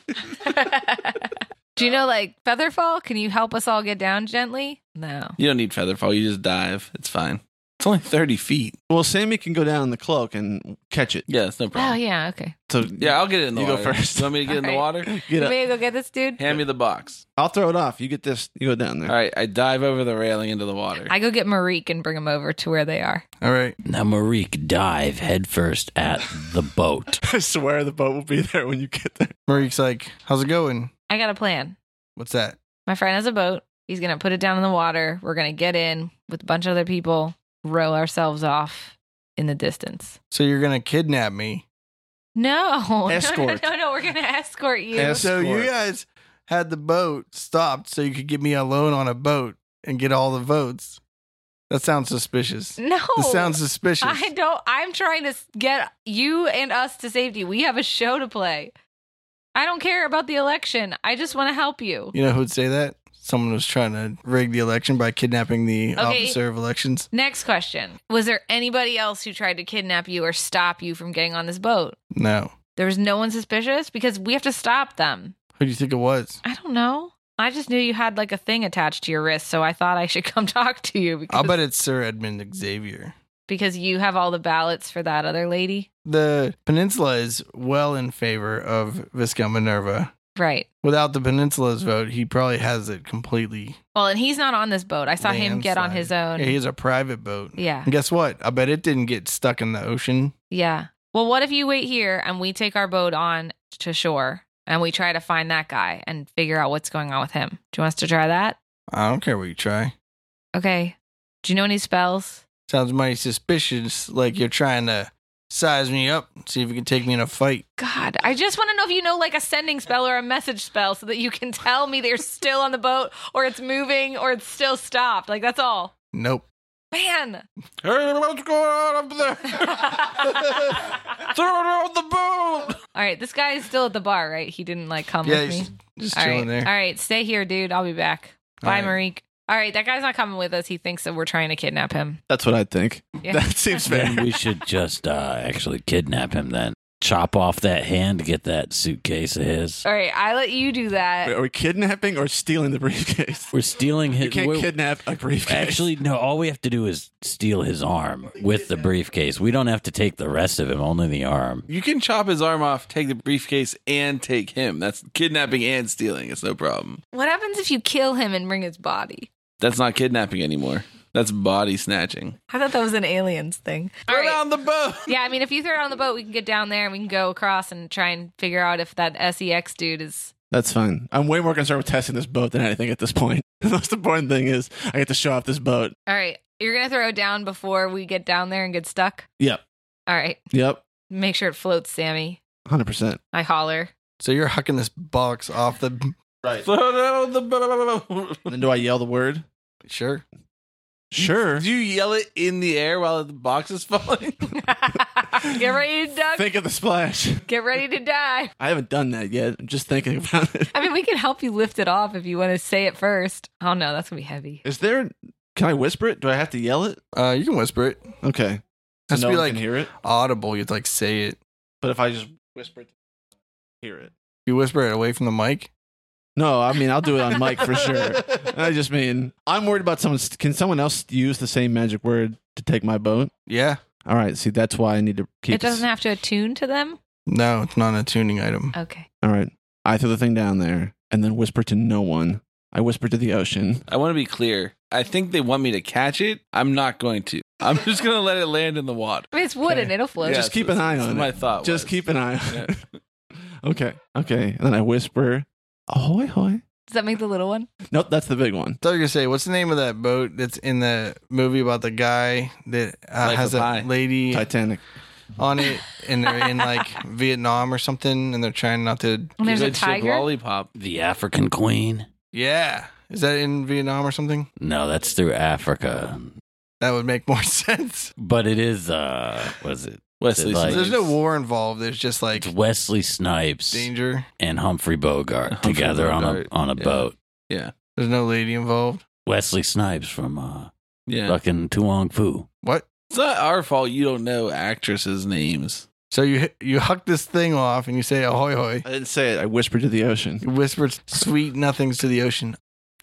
Speaker 5: do you know like featherfall? Can you help us all get down gently? No.
Speaker 1: You don't need featherfall. You just dive. It's fine. It's only 30 feet.
Speaker 7: well, Sammy can go down in the cloak and catch it.
Speaker 1: Yeah, it's no problem.
Speaker 5: Oh yeah, okay.
Speaker 7: So
Speaker 1: Yeah, I'll get it in the
Speaker 7: You go
Speaker 1: water.
Speaker 7: first.
Speaker 1: You want me to get in the
Speaker 5: Alright.
Speaker 1: water?
Speaker 7: get
Speaker 5: You
Speaker 7: up.
Speaker 5: may go get this dude.
Speaker 1: Hand me the box.
Speaker 7: I'll throw it off. You get this. You go down
Speaker 1: All
Speaker 7: there.
Speaker 1: right, I dive over the railing into the water.
Speaker 5: I go get Marique and bring him over to where they are.
Speaker 4: All right.
Speaker 6: Now, Marique, dive headfirst at the boat.
Speaker 7: I swear the boat will be there when you get there.
Speaker 4: Marique's like, how's it going?
Speaker 5: I got a plan.
Speaker 4: What's that?
Speaker 5: My friend has a boat. He's going to put it down in the water. We're going to get in with a bunch of other people, row ourselves off in the distance.
Speaker 4: So you're gonna kidnap me?
Speaker 5: No. No,
Speaker 7: Escort.
Speaker 5: No, no, no. We're going to escort you.
Speaker 7: Yes.
Speaker 4: So you
Speaker 7: Escort.
Speaker 4: guys had the boat stopped so you could get me alone on a boat and get all the votes. That sounds suspicious.
Speaker 5: no.
Speaker 4: This sounds suspicious.
Speaker 5: I don't. I'm trying to s- get you and us to safety. We have a show to play. I don't care about the election. I just want to help you.
Speaker 4: You know who'd say that? Someone was trying to rig the election by kidnapping the
Speaker 5: Okay.
Speaker 4: officer of elections.
Speaker 5: Next question. Was there anybody else who tried to kidnap you or stop you from getting on this boat?
Speaker 4: No.
Speaker 5: There was no one suspicious because we have to stop them.
Speaker 4: Who do you think it was?
Speaker 5: I don't know. I just knew you had like a thing attached to your wrist, so I thought I should come talk to you because,
Speaker 4: I'll bet it's Sir Edmund Xavier.
Speaker 5: because you have all the ballots for that other lady.
Speaker 4: The peninsula is well in favor of Viscount Minerva.
Speaker 5: Right.
Speaker 4: Without the peninsula's vote, he probably has it completely.
Speaker 5: Well, and he's not on this boat. I saw him get on his own.
Speaker 4: landslide. Yeah, he has a private boat.
Speaker 5: yeah.
Speaker 4: And guess what? I bet it didn't get stuck in the ocean.
Speaker 5: Yeah. Well, what if you wait here and we take our boat on to shore and we try to find that guy and figure out what's going on with him? Do you want us to try that?
Speaker 4: I don't care what you try.
Speaker 5: Okay. Do you know any spells?
Speaker 4: Sounds mighty suspicious, like you're trying to size me up, see if you can take me in a fight.
Speaker 5: God, I just want to know if you know like a sending spell or a message spell so that you can tell me that you're still on the boat or it's moving or it's still stopped. Like, that's all.
Speaker 4: Nope.
Speaker 5: Man.
Speaker 1: hey, what's going on up there?
Speaker 5: all
Speaker 1: throw it on the boat.
Speaker 5: right. This guy is still at the bar, right? He didn't like come
Speaker 4: Yeah,
Speaker 5: with me.
Speaker 4: he's just
Speaker 5: All
Speaker 4: chilling
Speaker 5: right.
Speaker 4: there.
Speaker 5: All right. Stay here, dude. I'll be back.
Speaker 4: All
Speaker 5: Bye,
Speaker 4: right.
Speaker 5: Marique. All right. That guy's not coming with us. He thinks that we're trying to kidnap him.
Speaker 7: That's what I think.
Speaker 5: Yeah.
Speaker 7: That seems fair.
Speaker 6: Then we should just uh, actually kidnap him then. Chop off that hand to get that suitcase of his.
Speaker 5: All right. I let you do
Speaker 7: Wait,
Speaker 5: that.
Speaker 7: are we kidnapping or stealing the briefcase?
Speaker 6: We're stealing his.
Speaker 7: You can't
Speaker 6: we're-
Speaker 7: kidnap a briefcase.
Speaker 6: Actually, no. All we have to do is steal his arm with the briefcase. We don't have to take the rest of him, only the arm.
Speaker 1: You can chop his arm off, take the briefcase, and take him. That's kidnapping and stealing. It's no problem.
Speaker 5: What happens if you kill him and bring his body?
Speaker 1: That's not kidnapping anymore. That's body snatching.
Speaker 5: I thought that was an aliens thing. All
Speaker 1: Throw
Speaker 5: right.
Speaker 1: it on the boat.
Speaker 5: Yeah, I mean, if you throw it on the boat, we can get down there and we can go across and try and figure out if that SEX dude is.
Speaker 7: That's fine. I'm way more concerned with testing this boat than anything at this point. The most important thing is I get to show off this boat.
Speaker 5: All right, you're gonna throw it down before we get down there and get stuck.
Speaker 7: Yep.
Speaker 5: All right,
Speaker 7: Yep.
Speaker 5: make sure it floats, Sammy.
Speaker 7: 100%.
Speaker 5: I holler.
Speaker 4: So you're hucking this box off the
Speaker 2: Right.
Speaker 1: in
Speaker 7: then do I yell the word?
Speaker 4: Sure.
Speaker 7: Sure.
Speaker 1: Do you yell it in the air while the box is falling?
Speaker 5: Get ready to duck.
Speaker 7: Think of the splash.
Speaker 5: Get ready to die.
Speaker 7: I haven't done that yet. I'm just thinking about it.
Speaker 5: I mean, we can help you lift it off if you want to say it first. Oh no, that's gonna be heavy.
Speaker 7: Is there? Can I whisper it? Do I have to yell it?
Speaker 4: Uh, you can whisper it.
Speaker 7: Okay.
Speaker 4: Has to
Speaker 7: no
Speaker 4: be
Speaker 7: one
Speaker 4: like
Speaker 7: can hear it.
Speaker 4: audible. You'd like say it.
Speaker 7: But if I just whisper it, hear it.
Speaker 4: You whisper it away from the mic.
Speaker 7: No, I mean I'll do it on mic for sure. I just mean I'm worried about someone. Can someone else use the same magic word to take my boat?
Speaker 4: Yeah.
Speaker 7: All right. See, that's why I need to keep.
Speaker 5: It doesn't have to attune to them.
Speaker 4: No, it's not a tuning item.
Speaker 5: Okay.
Speaker 7: All right. I throw the thing down there and then whisper to no one. I whisper to the ocean.
Speaker 1: I want to be clear. I think they want me to catch it. I'm not going to. I'm just going to let it land in the water.
Speaker 5: I mean, it's wooden.
Speaker 7: Okay.
Speaker 5: It'll float.
Speaker 1: Yeah,
Speaker 7: Just keep an
Speaker 1: that's-
Speaker 7: eye
Speaker 1: that's
Speaker 7: on
Speaker 1: My
Speaker 7: it.
Speaker 1: thought.
Speaker 7: Just
Speaker 1: was.
Speaker 7: keep an eye. on it. okay. Okay. And then I whisper, ahoy, hoy.
Speaker 5: Does that make the little one?
Speaker 7: Nope, that's the big one.
Speaker 4: I thought you were gonna say, what's the name of that boat that's in the movie about the guy that uh,
Speaker 1: Life
Speaker 4: has
Speaker 1: of
Speaker 4: a
Speaker 1: Pi.
Speaker 4: lady
Speaker 7: Titanic.
Speaker 4: on it, and they're in like Vietnam or something, and they're trying not to.
Speaker 5: And there's a
Speaker 1: Good ship
Speaker 5: tiger.
Speaker 1: lollipop.
Speaker 6: The African Queen?
Speaker 4: Yeah, is that in Vietnam or something?
Speaker 6: No, that's through Africa.
Speaker 4: That would make more sense.
Speaker 6: But it is, uh, what is it?
Speaker 1: Wesley.
Speaker 6: Like-
Speaker 4: There's
Speaker 1: Snipes.
Speaker 4: no war involved. There's just like
Speaker 6: It's Wesley Snipes
Speaker 4: danger.
Speaker 6: and Humphrey Bogart
Speaker 1: Humphrey
Speaker 6: together
Speaker 1: Bogart,
Speaker 6: on a on a
Speaker 1: yeah.
Speaker 6: boat.
Speaker 4: There's no lady involved.
Speaker 6: Wesley Snipes from uh,
Speaker 1: Yeah.
Speaker 6: fucking Tuong Fu.
Speaker 4: What?
Speaker 1: It's not our fault you don't know actresses' names.
Speaker 4: So you you huck this thing off and you say ahoy hoy.
Speaker 7: I didn't say it. I whispered to the ocean.
Speaker 4: You whisper sweet nothings to the ocean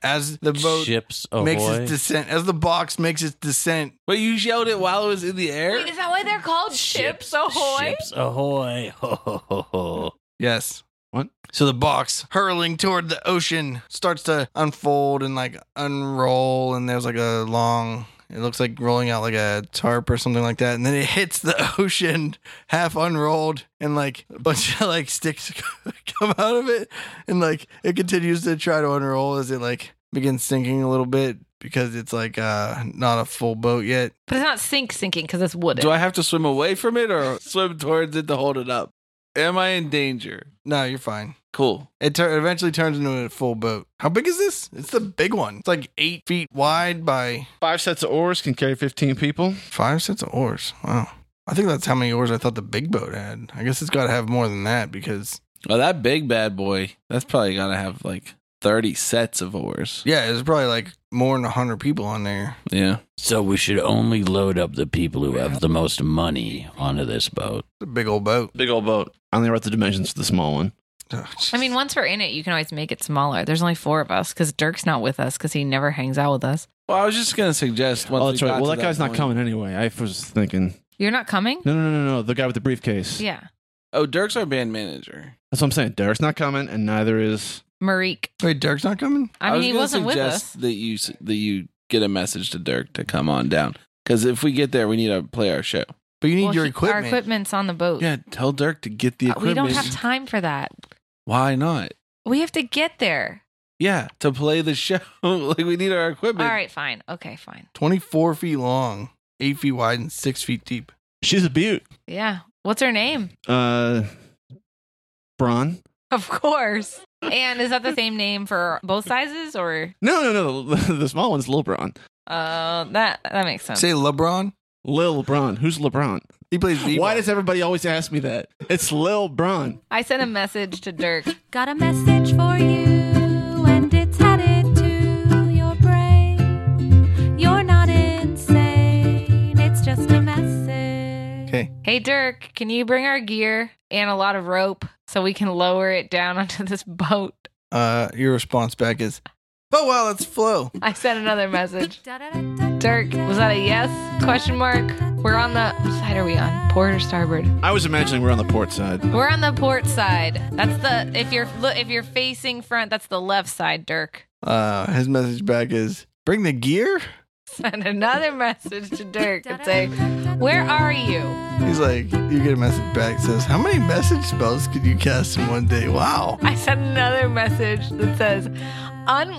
Speaker 4: as the boat
Speaker 6: Ships ahoy.
Speaker 4: makes its descent. As the box makes its descent
Speaker 1: But you yelled it while it was in the air?
Speaker 5: Wait, is that why they're called ships? Ahoy!
Speaker 6: Ships ahoy! Ho, ho, ho, ho.
Speaker 4: Yes.
Speaker 7: What?
Speaker 4: So the box hurling toward the ocean starts to unfold and like unroll, and there's like a long. It looks like rolling out like a tarp or something like that, and then it hits the ocean half unrolled, and like a bunch of like sticks come out of it, and like it continues to try to unroll as it like begins sinking a little bit because it's like uh not a full boat yet.
Speaker 5: But it's not sink sinking because it's wooden.
Speaker 1: Do I have to swim away from it or swim towards it to hold it up? Am I in danger?
Speaker 4: No, you're fine.
Speaker 1: Cool.
Speaker 4: It tur- eventually turns into a full boat. How big is this? It's the big one. It's like eight feet wide by
Speaker 7: Five sets of oars can carry 15 people.
Speaker 4: five sets of oars. Wow. I think that's how many oars I thought the big boat had. I guess it's got to have more than that because,
Speaker 1: Oh, that big bad boy. That's probably got to have like 30 sets of oars.
Speaker 4: yeah, there's probably like more than 100 people on there.
Speaker 1: Yeah.
Speaker 6: So we should only load up the people who have the most money onto this boat.
Speaker 4: It's a big old boat.
Speaker 2: Big old boat.
Speaker 7: I only wrote the dimensions for the small one.
Speaker 4: Oh, jeez.
Speaker 5: I mean, once we're in it, you can always make it smaller. There's only four of us because Dirk's not with us because he never hangs out with us.
Speaker 1: Well, I was just going to suggest once
Speaker 7: oh, that's
Speaker 1: we
Speaker 7: right.
Speaker 1: got
Speaker 7: Well,
Speaker 1: to
Speaker 7: that guy's not
Speaker 1: point-
Speaker 7: coming anyway. I was thinking.
Speaker 5: You're not coming?
Speaker 7: No, no, no, no, no. The guy with the briefcase.
Speaker 5: Yeah.
Speaker 1: Oh, Dirk's our band manager.
Speaker 7: That's what I'm saying. Derek's not coming, and neither is.
Speaker 5: Marique.
Speaker 4: wait, Dirk's not coming?
Speaker 5: I mean, he
Speaker 1: gonna
Speaker 5: wasn't with
Speaker 1: suggest
Speaker 5: us.
Speaker 1: That you s- that you get a message to Dirk to come on down because if we get there, we need to play our show.
Speaker 4: But you need
Speaker 5: Well,
Speaker 4: your
Speaker 5: he-
Speaker 4: equipment.
Speaker 5: Our equipment's on the boat.
Speaker 1: Yeah, tell Dirk to get the
Speaker 5: Uh, we
Speaker 1: equipment.
Speaker 5: don't have time for that.
Speaker 1: Why not?
Speaker 5: We have to get there.
Speaker 1: Yeah, to play the show, like we need our
Speaker 5: All
Speaker 1: equipment.
Speaker 5: right, fine. Okay, fine.
Speaker 4: 24 feet long, eight feet wide, and six feet deep.
Speaker 7: She's a beaut.
Speaker 5: Yeah. What's her name?
Speaker 7: Uh, Braun.
Speaker 5: Of course. And is that the same name for both sizes or
Speaker 7: No, no, no. The, the small one's Lil Braun.
Speaker 5: uh that that makes sense.
Speaker 4: Say LeBron.
Speaker 7: Lil Braun. Who's LeBron?
Speaker 4: He plays b
Speaker 7: Why does everybody always ask me that? It's Lil Braun.
Speaker 5: I sent a message to Dirk.
Speaker 3: Got a message for you, and it's headed to your brain. You're not insane, it's just a message.
Speaker 4: Okay.
Speaker 5: Hey Dirk, can you bring our gear and a lot of rope so we can lower it down onto this boat?
Speaker 4: Uh, your response back is, oh, wow, that's Flo.
Speaker 5: I sent another message.
Speaker 3: Da-da-da-da-da.
Speaker 5: Dirk, was that a yes? Question mark. We're on the which side are we on? Port or starboard?
Speaker 7: I was imagining we're on the port side.
Speaker 5: We're on the port side. That's the if you're lo- if you're facing front, that's the left side, Dirk.
Speaker 4: Uh, his message back is, bring the gear?
Speaker 5: Send another message to Dirk and say, "Where are you?"
Speaker 4: He's like, you get a message back says, How many message spells could you cast in one day? Wow.
Speaker 5: I sent another message that says,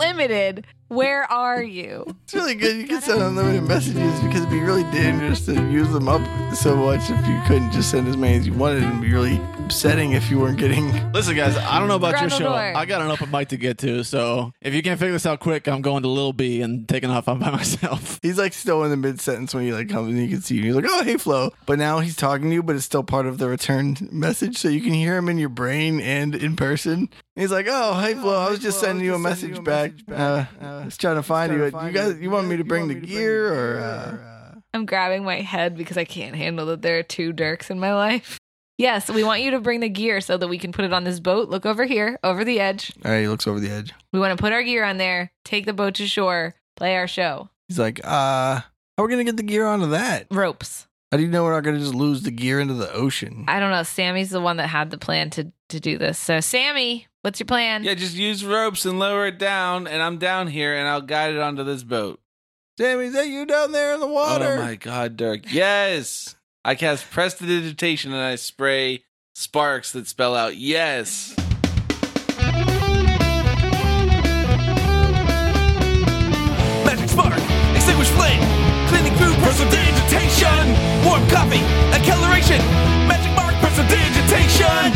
Speaker 5: Unlimited. Where are you?
Speaker 4: It's really good. You can send unlimited messages because it'd be really dangerous to use them up so much if you couldn't just send as many as you wanted. It'd be really upsetting if you weren't getting.
Speaker 7: Listen, guys, I don't know about your
Speaker 5: Grundle
Speaker 7: show.
Speaker 5: door.
Speaker 7: I got an open mic to get to, so if you can't figure this out quick, I'm going to Little B and taking off on by myself.
Speaker 4: He's like still in the mid sentence when he like comes and you can see you. He's like, "Oh, hey, Flo," but now he's talking to you, but it's still part of the return message, so you can hear him in your brain and in person. He's like, "Oh, hey, Flo, I was just sending you a message back. Uh, uh, I was trying to find you. You guys, you want me to bring the gear or?" Uh,
Speaker 5: I'm grabbing my head because I can't handle that there are two Dirks in my life. Yes, we want you to bring the gear so that we can put it on this boat. Look over here, over the edge.
Speaker 4: all right, he looks over the edge.
Speaker 5: We want to put our gear on there, take the boat to shore, play our show.
Speaker 4: He's like, uh, how are we gonna get the gear onto that?
Speaker 5: Ropes.
Speaker 4: How do you know we're not gonna just lose the gear into the ocean?
Speaker 5: I don't know. Sammy's the one that had the plan to, to do this. So, Sammy, what's your plan?
Speaker 1: Yeah, just use ropes and lower it down, and I'm down here, and I'll guide it onto this boat.
Speaker 4: Sammy, is that you down there in the
Speaker 1: Oh
Speaker 4: water?
Speaker 1: my god, Dirk. Yes. I cast prestidigitation and I spray sparks that spell out yes.
Speaker 10: Magic spark, extinguish flame, cleaning food, prestidigitation, warm coffee, acceleration, magic mark, prestidigitation.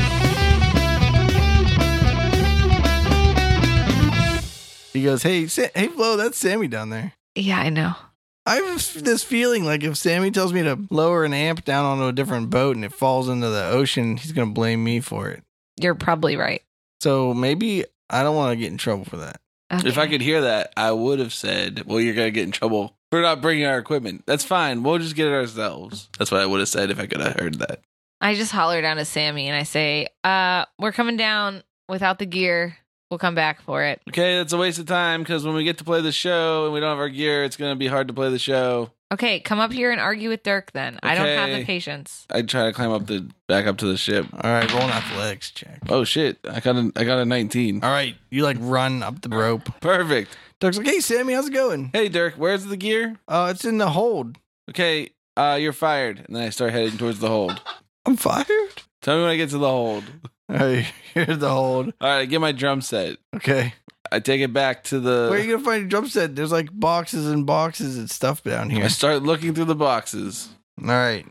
Speaker 4: he goes, hey, Sa- hey, Flo, that's Sammy down there.
Speaker 5: Yeah, I know.
Speaker 4: I have this feeling like if Sammy tells me to lower an amp down onto a different boat and it falls into the ocean, he's gonna blame me for it.
Speaker 5: You're probably right.
Speaker 4: So maybe I don't want to get in trouble for that.
Speaker 1: If I could hear that, I would have said, "Well, you're going to get in trouble for not bringing our equipment." That's fine. We'll just get it ourselves. That's what I would have said if I could have heard that.
Speaker 5: I just holler down to Sammy and I say, uh, we're coming down without the gear. We'll come back for it.
Speaker 1: Okay, that's a waste of time cuz when we get to play the show and we don't have our gear, it's going to be hard to play the show.
Speaker 5: Okay, come up here and argue with Dirk then. I don't have the
Speaker 1: Okay.
Speaker 5: patience.
Speaker 1: I try to climb up the back up to the ship.
Speaker 4: All right, roll an athletics check.
Speaker 1: Oh shit. I got a I got a 19.
Speaker 4: All right, you like run up the rope.
Speaker 1: Perfect.
Speaker 4: Dirk's like, hey, Sammy, how's it going?
Speaker 1: Hey Dirk, where's the gear?
Speaker 4: Uh, it's in the hold.
Speaker 1: Okay, uh you're fired. And then I start heading towards the hold.
Speaker 4: I'm fired.
Speaker 1: Tell me when I get to the hold.
Speaker 4: All right, here's the hold.
Speaker 1: All right, I get my drum set.
Speaker 4: Okay.
Speaker 1: I take it back to the.
Speaker 4: Where are you gonna find your drum set? There's like boxes and boxes and stuff down
Speaker 1: I
Speaker 4: here.
Speaker 1: start looking through the boxes.
Speaker 4: All right.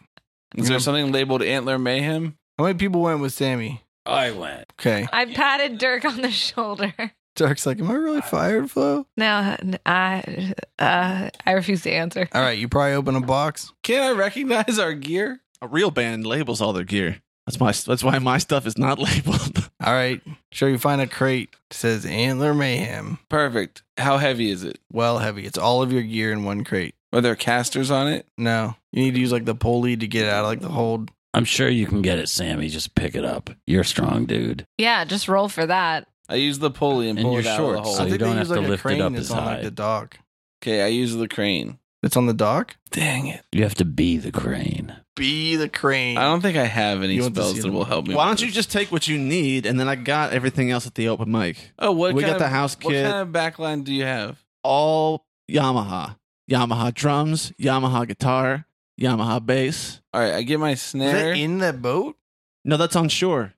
Speaker 1: Is there something labeled Antler Mayhem?
Speaker 4: How many people went with Sammy?
Speaker 6: I went.
Speaker 4: Okay.
Speaker 5: I patted Dirk on the shoulder.
Speaker 4: Dark's like, am I really fired, Flo?
Speaker 5: No, n- I uh, I refuse to answer.
Speaker 4: All right, you probably open a box.
Speaker 1: Can I recognize our gear?
Speaker 7: A real band labels all their gear. That's my. That's why my stuff is not labeled.
Speaker 4: All right. Sure, you find a crate. It says Antler Mayhem.
Speaker 1: Perfect. How heavy is it?
Speaker 4: Well heavy. It's all of your gear in one crate.
Speaker 1: Are there casters on it?
Speaker 4: No. You need to use like the pulley to get it out of like the hold.
Speaker 6: I'm sure you can get it, Sammy. Just pick it up. You're a strong, dude.
Speaker 5: Yeah, just roll for that.
Speaker 1: I use the pulley and
Speaker 6: And
Speaker 1: pull
Speaker 6: your
Speaker 1: it out
Speaker 6: shorts,
Speaker 1: of the
Speaker 6: so
Speaker 1: hole.
Speaker 6: Oh, you don't have to
Speaker 4: a
Speaker 6: lift it
Speaker 4: crane
Speaker 6: up
Speaker 4: that's
Speaker 6: as
Speaker 4: on
Speaker 6: high.
Speaker 4: like the dock.
Speaker 1: Okay, I use the crane.
Speaker 4: It's on the dock?
Speaker 1: Dang it!
Speaker 6: You have to be the crane.
Speaker 4: Be the crane.
Speaker 1: I don't think I have any
Speaker 4: You want to
Speaker 1: spells
Speaker 4: see
Speaker 1: that
Speaker 4: them?
Speaker 1: will help me.
Speaker 7: Why
Speaker 1: with
Speaker 7: don't you
Speaker 1: this.
Speaker 7: just take what you need, and then I got everything else at the open mic.
Speaker 1: Oh, what
Speaker 7: we
Speaker 1: kind
Speaker 7: got
Speaker 1: of,
Speaker 7: the house
Speaker 1: What
Speaker 7: kit.
Speaker 1: kind of backline do you have?
Speaker 7: All Yamaha, Yamaha drums, Yamaha guitar, Yamaha bass.
Speaker 1: All right, I get my
Speaker 4: Is
Speaker 1: snare.
Speaker 4: that in that boat?
Speaker 7: No, that's on shore.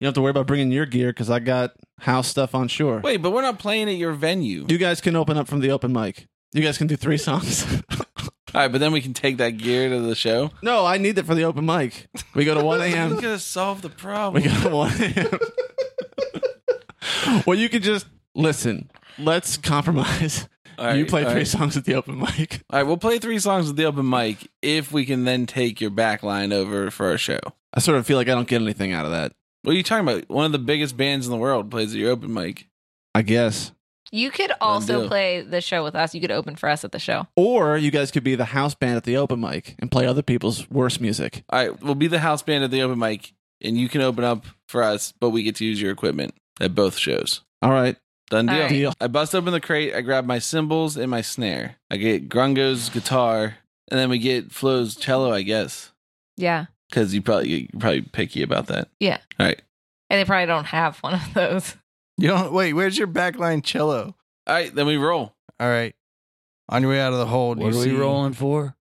Speaker 7: You don't have to worry about bringing your gear because I got house stuff on shore.
Speaker 1: Wait, but we're not playing at your venue.
Speaker 7: You guys can open up from the open mic. You guys can do three songs.
Speaker 1: All right, but then we can take that gear to the show.
Speaker 7: no, I need it for the open mic. We go to 1
Speaker 1: I'm
Speaker 7: a.m.
Speaker 1: gonna solve the
Speaker 7: We
Speaker 1: problem.
Speaker 7: go to 1 a.m. well, you can just listen. Let's compromise.
Speaker 1: All right,
Speaker 7: you play
Speaker 1: all
Speaker 7: three
Speaker 1: right.
Speaker 7: songs at the open mic.
Speaker 1: All right, we'll play three songs at the open mic if we can then take your back line over for our show.
Speaker 7: I sort of feel like I don't get anything out of that.
Speaker 1: What are you talking about? One of the biggest bands in the world plays at your open mic.
Speaker 7: I guess.
Speaker 5: You could
Speaker 1: do.
Speaker 5: also play the show with us. You could open for us at the show.
Speaker 7: Or you guys could be the house band at the open mic and play other people's worst music.
Speaker 1: All right, we'll be the house band at the open mic, and you can open up for us, but we get to use your equipment at both shows.
Speaker 7: All right.
Speaker 1: Done
Speaker 5: All
Speaker 1: deal.
Speaker 5: right.
Speaker 7: Deal.
Speaker 1: I bust open the crate. I grab my cymbals and my snare. I get Grungo's guitar, and then we get Flo's cello, I guess,
Speaker 5: Yeah,
Speaker 1: because you probably you're probably picky about that.
Speaker 5: Yeah.
Speaker 1: All right.
Speaker 5: and they probably don't have one of those.
Speaker 4: You don't wait, where's your backline cello?
Speaker 1: All right, then we roll.
Speaker 4: All right. On your way out of the hold,
Speaker 6: What
Speaker 4: you
Speaker 6: are we
Speaker 4: see
Speaker 6: rolling for?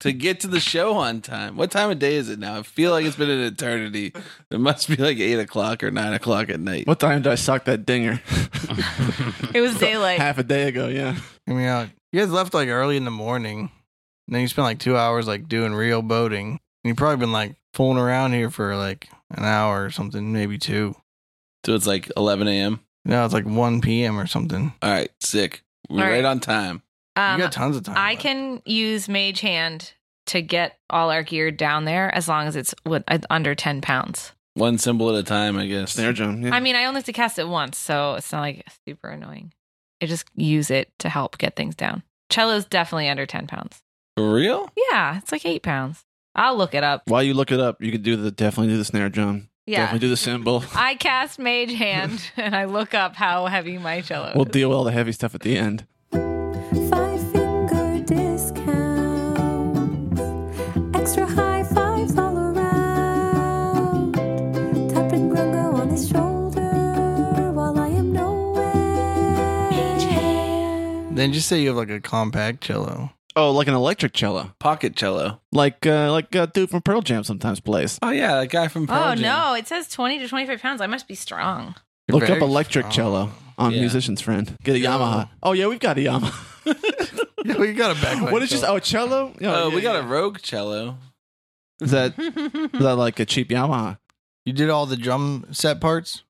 Speaker 1: to get to the show on time. What time of day is it now? I feel like it's been an eternity. It must be like eight o'clock or nine o'clock at night.
Speaker 7: What time did I sock that dinger?
Speaker 5: It was daylight.
Speaker 7: Half a day ago, yeah.
Speaker 4: I mean, uh, you guys left like early in the morning. And then you spent like two hours like doing real boating. And you've probably been like fooling around here for like an hour or something, maybe two.
Speaker 1: So it's like eleven a.m.
Speaker 4: No, it's like 1 p.m. or something.
Speaker 1: All right, sick. We're
Speaker 5: All
Speaker 1: right.
Speaker 5: right.
Speaker 1: on time.
Speaker 4: you
Speaker 5: Um,
Speaker 4: got tons of time.
Speaker 5: I
Speaker 4: left.
Speaker 5: can use Mage Hand to get all our gear down there as long as it's with, uh, under 10 pounds.
Speaker 1: One symbol at a time, I guess.
Speaker 7: Snare drum. Yeah.
Speaker 5: I mean, I only have to cast it once, so it's not like super annoying. I just use it to help get things down. Cello's definitely under 10 pounds.
Speaker 1: For real?
Speaker 5: Yeah, it's like eight pounds. I'll look it up.
Speaker 7: While you look it up, you could do the definitely do the snare drum.
Speaker 5: Yeah.
Speaker 7: Definitely do the cymbal.
Speaker 5: I cast Mage Hand and I look up how heavy my cello
Speaker 7: We'll
Speaker 5: is.
Speaker 7: deal with all the heavy stuff at the end.
Speaker 3: Five finger discounts, extra high fives all around. Tapping Grungo on his shoulder while I am nowhere.
Speaker 4: Then just say you have like a compact cello.
Speaker 7: Oh, like an electric cello,
Speaker 1: Pocket cello.
Speaker 7: like uh, like a dude from Pearl Jam sometimes plays.
Speaker 1: Oh yeah, that guy from Pearl
Speaker 5: Oh
Speaker 1: Jam.
Speaker 5: no, it says 20 to 25 pounds. I must be strong.
Speaker 7: Look
Speaker 4: Very
Speaker 7: up electric
Speaker 4: strong.
Speaker 7: cello on
Speaker 1: Yeah.
Speaker 7: Musician's Friend. Get a Yamaha. Oh yeah, we've got a Yamaha.
Speaker 4: Yeah, well, you got a backlight.
Speaker 7: what is just oh cello? Yeah,
Speaker 1: Oh,
Speaker 7: yeah,
Speaker 1: we got
Speaker 7: yeah.
Speaker 1: a rogue cello.
Speaker 7: Is that is that like a cheap Yamaha?
Speaker 4: You did all the drum set parts,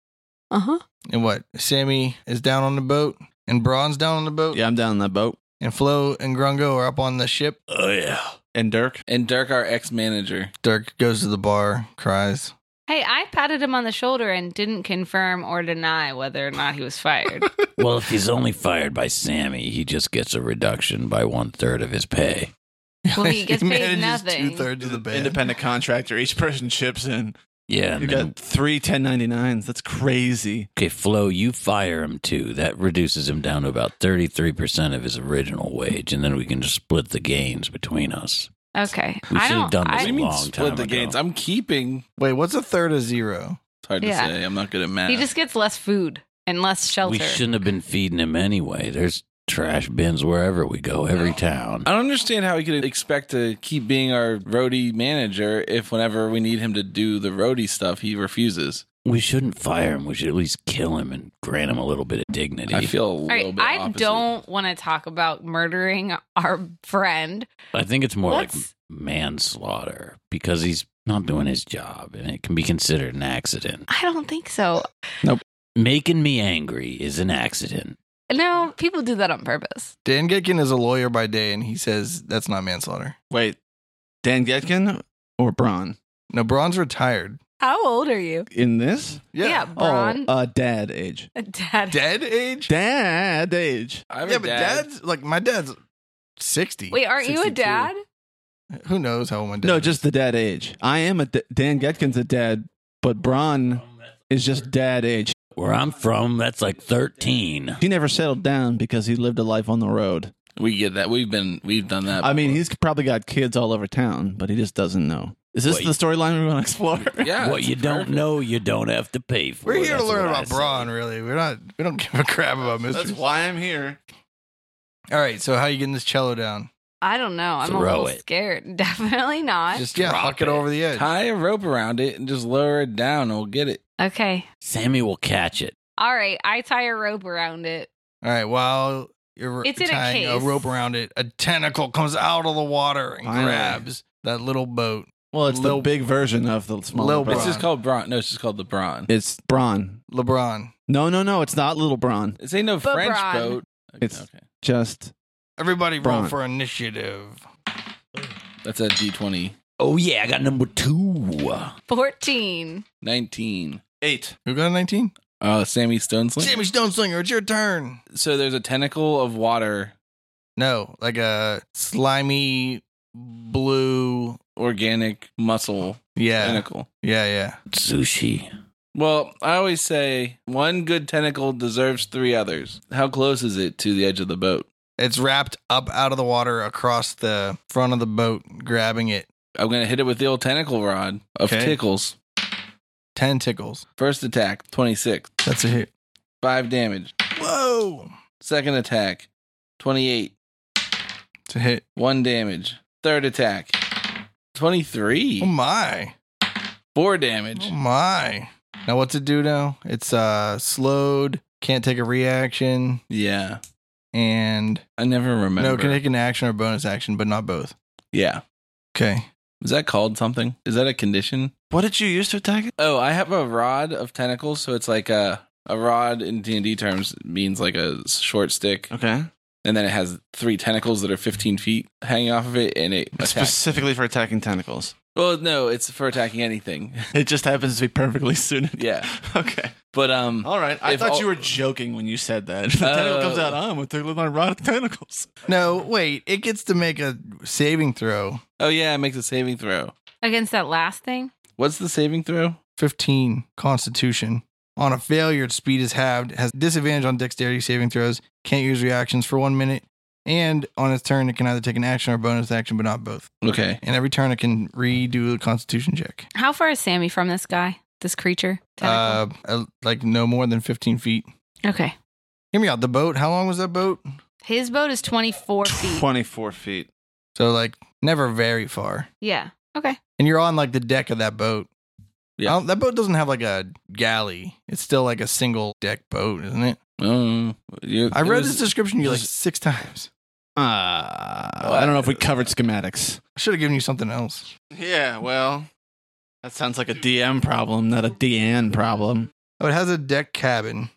Speaker 3: Uh huh.
Speaker 4: and what? Sammy is down on the boat, and Braun's down on the boat,
Speaker 7: Yeah, I'm down in that boat.
Speaker 4: and Flo and Grungo are up on the ship.
Speaker 7: Oh yeah. And Dirk.
Speaker 1: And Dirk, our ex-manager.
Speaker 4: Dirk goes to the bar, cries.
Speaker 11: Hey, I patted him on the shoulder and didn't confirm or deny whether or not he was fired.
Speaker 6: Well, if he's only fired by Sammy, he just gets a reduction by one third of his pay.
Speaker 11: Well, he gets paid
Speaker 4: Two
Speaker 11: nothing.
Speaker 4: thirds of the band.
Speaker 7: Independent contractor. Each person chips in.
Speaker 6: Yeah. and
Speaker 7: You
Speaker 6: then-
Speaker 7: got three 1099s. That's crazy.
Speaker 6: okay, Flo, you fire him too. That reduces him down to about 33% of his original wage, and then we can just split the gains between us.
Speaker 11: okay.
Speaker 6: We
Speaker 11: I
Speaker 6: should have
Speaker 11: don't.
Speaker 6: done this
Speaker 1: What do you
Speaker 11: I,
Speaker 1: mean
Speaker 6: long time
Speaker 1: split the
Speaker 6: ago.
Speaker 1: gains? I'm keeping.
Speaker 4: Wait, what's a third of zero?
Speaker 1: It's hard
Speaker 11: Yeah.
Speaker 1: to say. I'm not good at math.
Speaker 11: he just gets less food and less shelter.
Speaker 6: We shouldn't have been feeding him anyway. There's trash bins wherever we go, every town.
Speaker 1: I don't understand how he could expect to keep being our roadie manager if whenever we need him to do the roadie stuff, he refuses.
Speaker 6: We shouldn't fire him. We should at least kill him and grant him a little bit of dignity.
Speaker 1: I feel a
Speaker 11: All
Speaker 1: little
Speaker 11: right,
Speaker 1: bit.
Speaker 11: I
Speaker 1: opposite.
Speaker 11: don't want to talk about murdering our friend.
Speaker 6: I think it's more like
Speaker 11: Let's-
Speaker 6: manslaughter because he's not doing his job and it can be considered an accident.
Speaker 11: I don't think so.
Speaker 6: Making me angry is an accident.
Speaker 11: No, people do that on purpose.
Speaker 4: Dan Getkin is a lawyer by day, and he says that's not manslaughter.
Speaker 7: Wait, Dan Getkin or Braun
Speaker 4: No, Braun's retired.
Speaker 11: How old are you?
Speaker 7: in this?
Speaker 11: Yeah, Braun.
Speaker 7: Oh, uh, dad age.
Speaker 11: Dad.
Speaker 4: Dead age?
Speaker 7: Dad age.
Speaker 1: I have a
Speaker 4: yeah, but
Speaker 1: dad.
Speaker 4: dad's like my dad's sixty.
Speaker 11: Wait, aren't you a
Speaker 4: 62.
Speaker 11: dad?
Speaker 4: Who knows how old my dad?
Speaker 7: No,
Speaker 4: is.
Speaker 7: just the dad age. I am a d- Dan Getkin's a dad, but
Speaker 1: Oh,
Speaker 7: Braun is just dad age.
Speaker 6: Where I'm from, that's like 13.
Speaker 7: He never settled down because he lived a life on the road.
Speaker 1: We get that. We've been. We've done that.
Speaker 7: I mean,
Speaker 1: before.
Speaker 7: he's probably got kids all over town, but he just doesn't know. Is this
Speaker 6: Wait.
Speaker 7: the storyline we want to explore?
Speaker 1: Yeah.
Speaker 6: what
Speaker 1: it's
Speaker 6: you don't
Speaker 1: perfect.
Speaker 6: know, you don't have to pay for.
Speaker 4: we're here to
Speaker 6: That's
Speaker 4: learn
Speaker 6: what I
Speaker 4: about
Speaker 6: say.
Speaker 4: Braun. Really, we're not. We don't give a crap about mysteries.
Speaker 7: why I'm here.
Speaker 4: All right, so how you getting this cello down?
Speaker 11: I don't know. I'm a
Speaker 6: Throw
Speaker 11: little
Speaker 6: it.
Speaker 11: scared. Definitely not.
Speaker 4: Just yeah,
Speaker 6: drop
Speaker 4: huck it.
Speaker 6: it.
Speaker 4: over the edge.
Speaker 1: Tie a rope around it and just lower it down. and We'll get it.
Speaker 11: okay.
Speaker 6: Sammy will catch it.
Speaker 11: All right. I tie a rope around it.
Speaker 4: All right, while you're
Speaker 11: It's in a
Speaker 4: tying a,
Speaker 11: case.
Speaker 4: rope around it, a tentacle comes out of the water and
Speaker 7: Finally.
Speaker 4: grabs that little boat.
Speaker 7: Well, it's
Speaker 4: Lil-
Speaker 7: the big version of the small.
Speaker 4: Lil
Speaker 7: Braun.
Speaker 1: It's
Speaker 4: Braun.
Speaker 1: just called Braun. No, it's just called the Braun.
Speaker 7: It's Braun.
Speaker 4: LeBron,
Speaker 7: No, no, no. It's not Little Braun.
Speaker 1: It's ain't no
Speaker 11: But
Speaker 1: French
Speaker 11: Braun.
Speaker 1: boat. Okay,
Speaker 7: It's-
Speaker 1: okay.
Speaker 7: Just
Speaker 4: everybody roll
Speaker 7: Braun.
Speaker 4: for initiative.
Speaker 1: That's a D20.
Speaker 6: Oh yeah, I got number two.
Speaker 11: 14.
Speaker 1: 19.
Speaker 7: eight.
Speaker 4: Who got a nineteen?
Speaker 1: Uh, Sammy Stonesling.
Speaker 4: Sammy Stoneslinger, it's your turn.
Speaker 1: So there's a tentacle of water,
Speaker 4: No, like a slimy blue.
Speaker 1: organic muscle
Speaker 4: Yeah,
Speaker 1: tentacle.
Speaker 4: yeah, yeah.
Speaker 6: Sushi.
Speaker 1: Well, I always say one good tentacle deserves three others. How close is it to the edge of the boat?
Speaker 4: It's wrapped up out of the water across the front of the boat, grabbing it.
Speaker 1: I'm going to hit it with the old tentacle rod of
Speaker 4: Okay.
Speaker 1: tickles.
Speaker 4: Ten tickles.
Speaker 1: First attack, 26.
Speaker 4: That's a hit.
Speaker 1: Five damage.
Speaker 4: Whoa,
Speaker 1: Second attack, 28.
Speaker 4: it's a hit.
Speaker 1: One damage. Third attack. 23.
Speaker 4: Oh my.
Speaker 1: Four damage.
Speaker 4: Oh my. Now what's it do now? It's uh slowed, can't take a reaction,
Speaker 1: Yeah.
Speaker 4: and
Speaker 1: I never remember.
Speaker 4: no, can take an action or bonus action, but not both.
Speaker 1: yeah.
Speaker 4: Okay.
Speaker 1: Is that called something? Is that a condition?
Speaker 2: What did you use to attack it?
Speaker 1: Oh, I have a rod of tentacles, so it's like a a rod in D and D terms means like a short stick,
Speaker 2: Okay.
Speaker 1: and then it has three tentacles that are fifteen feet hanging off of it, and it attacks.
Speaker 2: Specifically for attacking tentacles.
Speaker 1: well, no, it's for attacking anything.
Speaker 7: It just happens to be perfectly suited.
Speaker 1: yeah,
Speaker 7: Okay.
Speaker 1: but um,
Speaker 4: Oh.
Speaker 7: All right. I
Speaker 1: If
Speaker 7: thought
Speaker 1: all- Uh,
Speaker 7: you were joking when you said that. The tentacle comes out. I'm going to with my rod of tentacles.
Speaker 4: No, wait, it gets to make a saving throw.
Speaker 1: oh yeah, it makes a saving throw.
Speaker 11: Against that last thing?
Speaker 1: What's the saving throw?
Speaker 4: Fifteen constitution. On a failure, its speed is halved, has disadvantage on dexterity saving throws, can't use reactions for one minute, and on its turn it can either take an action or bonus action, but not both.
Speaker 1: Okay,
Speaker 4: And every turn it can redo a constitution check.
Speaker 11: How far is Sammy from this guy? This creature? Tentacle?
Speaker 4: Uh, uh, like no more than 15 feet.
Speaker 11: okay.
Speaker 4: Hear me out. The boat, how long was that boat?
Speaker 11: His boat is 24 feet.
Speaker 2: 24 feet.
Speaker 4: So, like, never very far.
Speaker 11: Yeah. Okay.
Speaker 4: And you're on, like, the deck of that boat.
Speaker 1: Yeah.
Speaker 4: I don't- That boat doesn't have, like, a galley. It's still, like, a single deck boat, isn't it?
Speaker 1: um, you,
Speaker 4: I
Speaker 1: it
Speaker 4: read
Speaker 1: was-
Speaker 4: this description to you, like,
Speaker 1: it was-
Speaker 4: six times.
Speaker 7: Uh, I don't know if we covered schematics.
Speaker 4: I should have given you something else.
Speaker 7: uh, Yeah, well, that sounds like a DM problem, not a DN problem.
Speaker 4: Oh, it has a deck cabin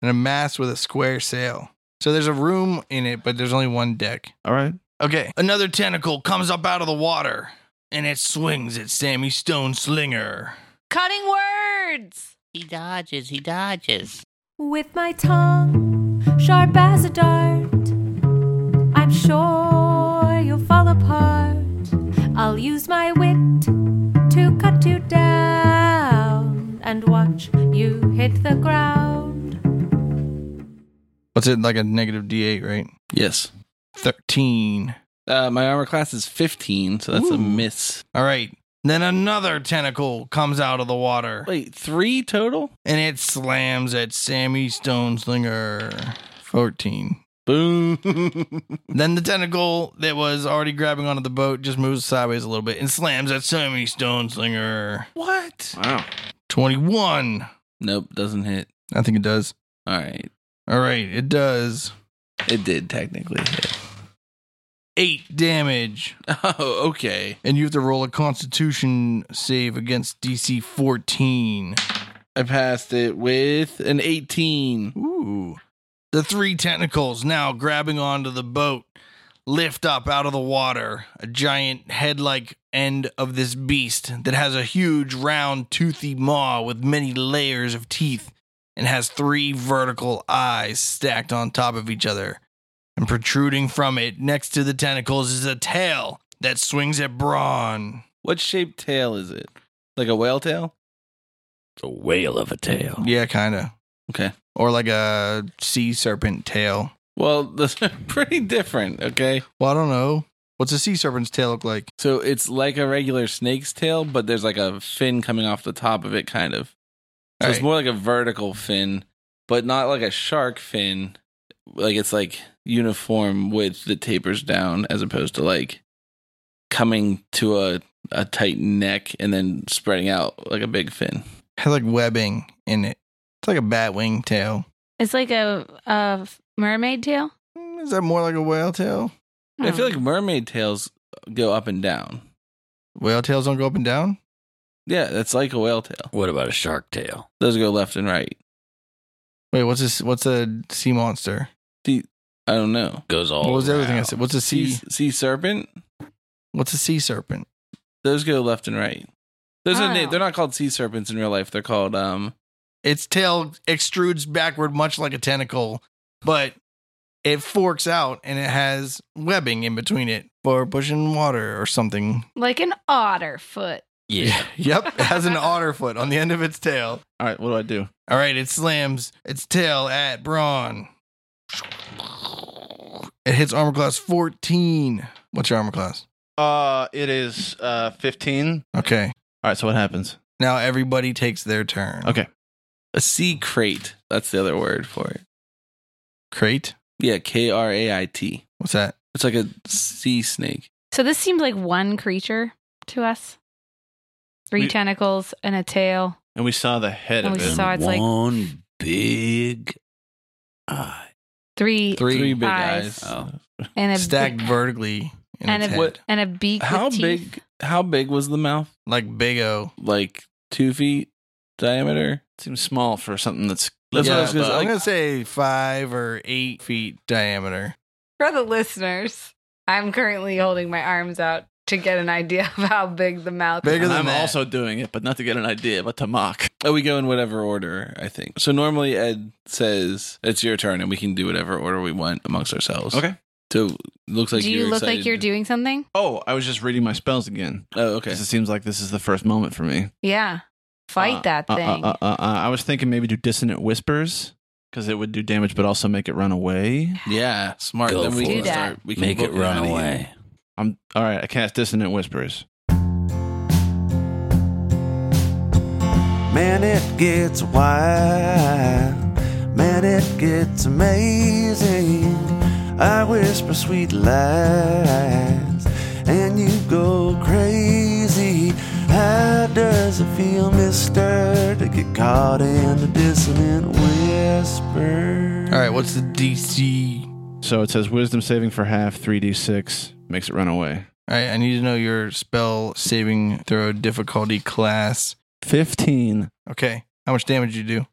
Speaker 4: and a mast with a square sail. So there's a room in it, but there's only one deck.
Speaker 7: All right.
Speaker 4: Okay, another tentacle comes up out of the water and it swings at Sammy Stone Slinger.
Speaker 5: Cutting words.
Speaker 12: He dodges, he dodges.
Speaker 3: With my tongue sharp as a dart, I'm sure you'll fall apart. I'll use my wit to cut you down and watch you hit the ground.
Speaker 4: What's it like a negative D8, right?
Speaker 1: yes.
Speaker 4: 13.
Speaker 1: Uh, my armor class is fifteen, so that's a
Speaker 4: Ooh.
Speaker 1: miss.
Speaker 4: All right. Then another tentacle comes out of the water
Speaker 1: Wait, three total?
Speaker 4: and it slams at Sammy Stone Slinger. 14.
Speaker 1: Boom.
Speaker 4: Then the tentacle that was already grabbing onto the boat just moves sideways a little bit and slams at Sammy Stone Slinger.
Speaker 1: what?
Speaker 2: Wow.
Speaker 4: 21.
Speaker 1: Nope, doesn't hit.
Speaker 4: I think it does.
Speaker 1: All right,
Speaker 4: All right, it does.
Speaker 1: it did technically. hit.
Speaker 4: 8 damage.
Speaker 1: Oh, okay.
Speaker 4: and you have to roll a constitution save against DC 14.
Speaker 1: I passed it with an 18.
Speaker 4: Ooh. The three tentacles now grabbing onto the boat lift up out of the water a giant head like end of this beast that has a huge round toothy maw with many layers of teeth and has three vertical eyes stacked on top of each other. And protruding from it next to the tentacles is a tail that swings at Brawn.
Speaker 1: What shaped tail is it? Like a whale tail?
Speaker 6: It's a whale of a tail.
Speaker 4: Yeah, kind of.
Speaker 1: Okay.
Speaker 4: Or like a sea serpent tail.
Speaker 1: Well, those are pretty different, okay?
Speaker 4: Well, I don't know. What's a sea serpent's tail look like?
Speaker 1: So it's like a regular snake's tail, but there's like a fin coming off the top of it, kind of. So it's
Speaker 4: Alright.
Speaker 1: more like a vertical fin, but not like a shark fin. Like it's like uniform width that tapers down as opposed to like coming to a, a tight neck and then spreading out like a big fin.
Speaker 4: Has like webbing in it. It's like a bat wing tail.
Speaker 11: It's like a, a mermaid tail?
Speaker 4: Mm, Is that more like a whale tail?
Speaker 5: Hmm.
Speaker 1: I feel like mermaid tails go up and down.
Speaker 4: Whale tails don't go up and down?
Speaker 1: Yeah, that's like a whale tail.
Speaker 6: What about a shark tail?
Speaker 1: Those go left and right.
Speaker 4: Wait, what's this? What's a sea monster?
Speaker 1: I don't know.
Speaker 6: Goes all.
Speaker 4: what was the other thing I
Speaker 6: around.
Speaker 4: said? What's a
Speaker 1: Sea
Speaker 4: sea?
Speaker 1: sea serpent.
Speaker 4: What's a sea serpent?
Speaker 1: Those go left and right. Those are na-
Speaker 11: Oh.
Speaker 1: they're not called sea serpents in real life. They're called um.
Speaker 4: Its tail extrudes backward, much like a tentacle, but it forks out and it has webbing in between it for pushing water or something.
Speaker 11: Like an otter foot.
Speaker 6: Yeah.
Speaker 4: Yep, it has an otter foot on the end of its tail.
Speaker 7: All right. What do I do?
Speaker 4: All right, it slams its tail at Braun. It hits armor class 14. What's your armor class?
Speaker 7: Uh, it is uh 15.
Speaker 4: Okay.
Speaker 7: All right. So what happens?
Speaker 4: Now everybody takes their turn.
Speaker 7: Okay.
Speaker 1: A sea crate. That's the other word for it.
Speaker 4: Crate?
Speaker 1: Yeah, K R A I T.
Speaker 4: What's that?
Speaker 1: It's like a sea snake.
Speaker 11: So this seems like one creature to us. Three
Speaker 7: We-
Speaker 11: tentacles and a tail.
Speaker 7: And we saw the head
Speaker 11: And
Speaker 7: of
Speaker 11: we
Speaker 7: it.
Speaker 11: saw it's like-
Speaker 6: one big eye.
Speaker 11: Three,
Speaker 4: Three
Speaker 1: Three big
Speaker 11: eyes,
Speaker 1: eyes.
Speaker 6: Oh,
Speaker 11: and a
Speaker 4: stacked vertically in
Speaker 11: and
Speaker 4: its
Speaker 11: a
Speaker 4: head.
Speaker 11: and a beak.
Speaker 1: How
Speaker 11: with teeth.
Speaker 1: big? How big was the mouth?
Speaker 4: like Big O.
Speaker 1: Like two feet diameter.
Speaker 7: seems small for something that's.
Speaker 1: That's
Speaker 4: yeah,
Speaker 1: what I was gonna
Speaker 4: but
Speaker 1: say.
Speaker 4: I'm
Speaker 1: Like,
Speaker 4: gonna say five or eight feet diameter.
Speaker 11: For the listeners, I'm currently holding my arms out to get an idea of how big the mouth
Speaker 4: Bigger
Speaker 11: is.
Speaker 4: than
Speaker 7: I'm
Speaker 4: that.
Speaker 7: also doing it, but not to get an idea, but to mock.
Speaker 1: oh, we go in whatever order, I think. So normally Ed says it's your turn, and we can do whatever order we want amongst ourselves.
Speaker 7: Okay.
Speaker 1: So it looks like
Speaker 11: Do
Speaker 1: you're
Speaker 11: you look
Speaker 1: excited
Speaker 11: like you're
Speaker 1: to-
Speaker 11: doing something?
Speaker 7: Oh, I was just reading my spells again.
Speaker 1: Oh, okay.
Speaker 7: Because it seems like this is the first moment for me.
Speaker 11: Yeah. Fight
Speaker 7: Uh,
Speaker 11: that
Speaker 7: uh,
Speaker 11: thing.
Speaker 7: Uh, uh, uh, uh, I was thinking maybe do dissonant whispers because it would do damage, but also make it run away.
Speaker 1: Yeah, smart.
Speaker 6: Go
Speaker 1: then we can
Speaker 6: for
Speaker 11: it. Do that.
Speaker 1: start. We can
Speaker 6: make it
Speaker 1: book out
Speaker 6: run
Speaker 1: of here.
Speaker 6: away.
Speaker 7: I'm all right. I cast dissonant whispers.
Speaker 10: Man, it gets wild. Man, it gets amazing. I whisper sweet lies, and you go crazy. How does it feel, mister, to get caught in the dissonant whisper?
Speaker 4: All right, what's the DC? All
Speaker 7: So it says wisdom saving for half, 3d6, makes it run away.
Speaker 4: right, I need to know your spell saving throw difficulty class.
Speaker 7: 15,
Speaker 4: Okay, how much damage you do? All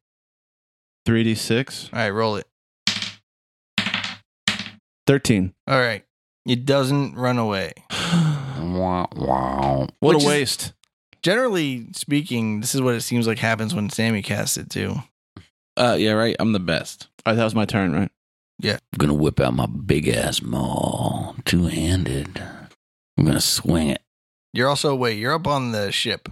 Speaker 7: 3d6,
Speaker 4: right, roll it.
Speaker 7: 13.
Speaker 4: All right, it doesn't run away.
Speaker 6: Wow, wow.
Speaker 7: What
Speaker 4: Which
Speaker 7: a
Speaker 4: is-
Speaker 7: waste.
Speaker 4: Generally speaking, this is what it seems like happens when Sammy casts it too.
Speaker 1: Uh, yeah, right. I'm the best.
Speaker 7: All right, that was my turn, right?
Speaker 6: I'm gonna whip out my big ass maul, two handed. I'm gonna swing it.
Speaker 4: You're also wait, you're up on the ship.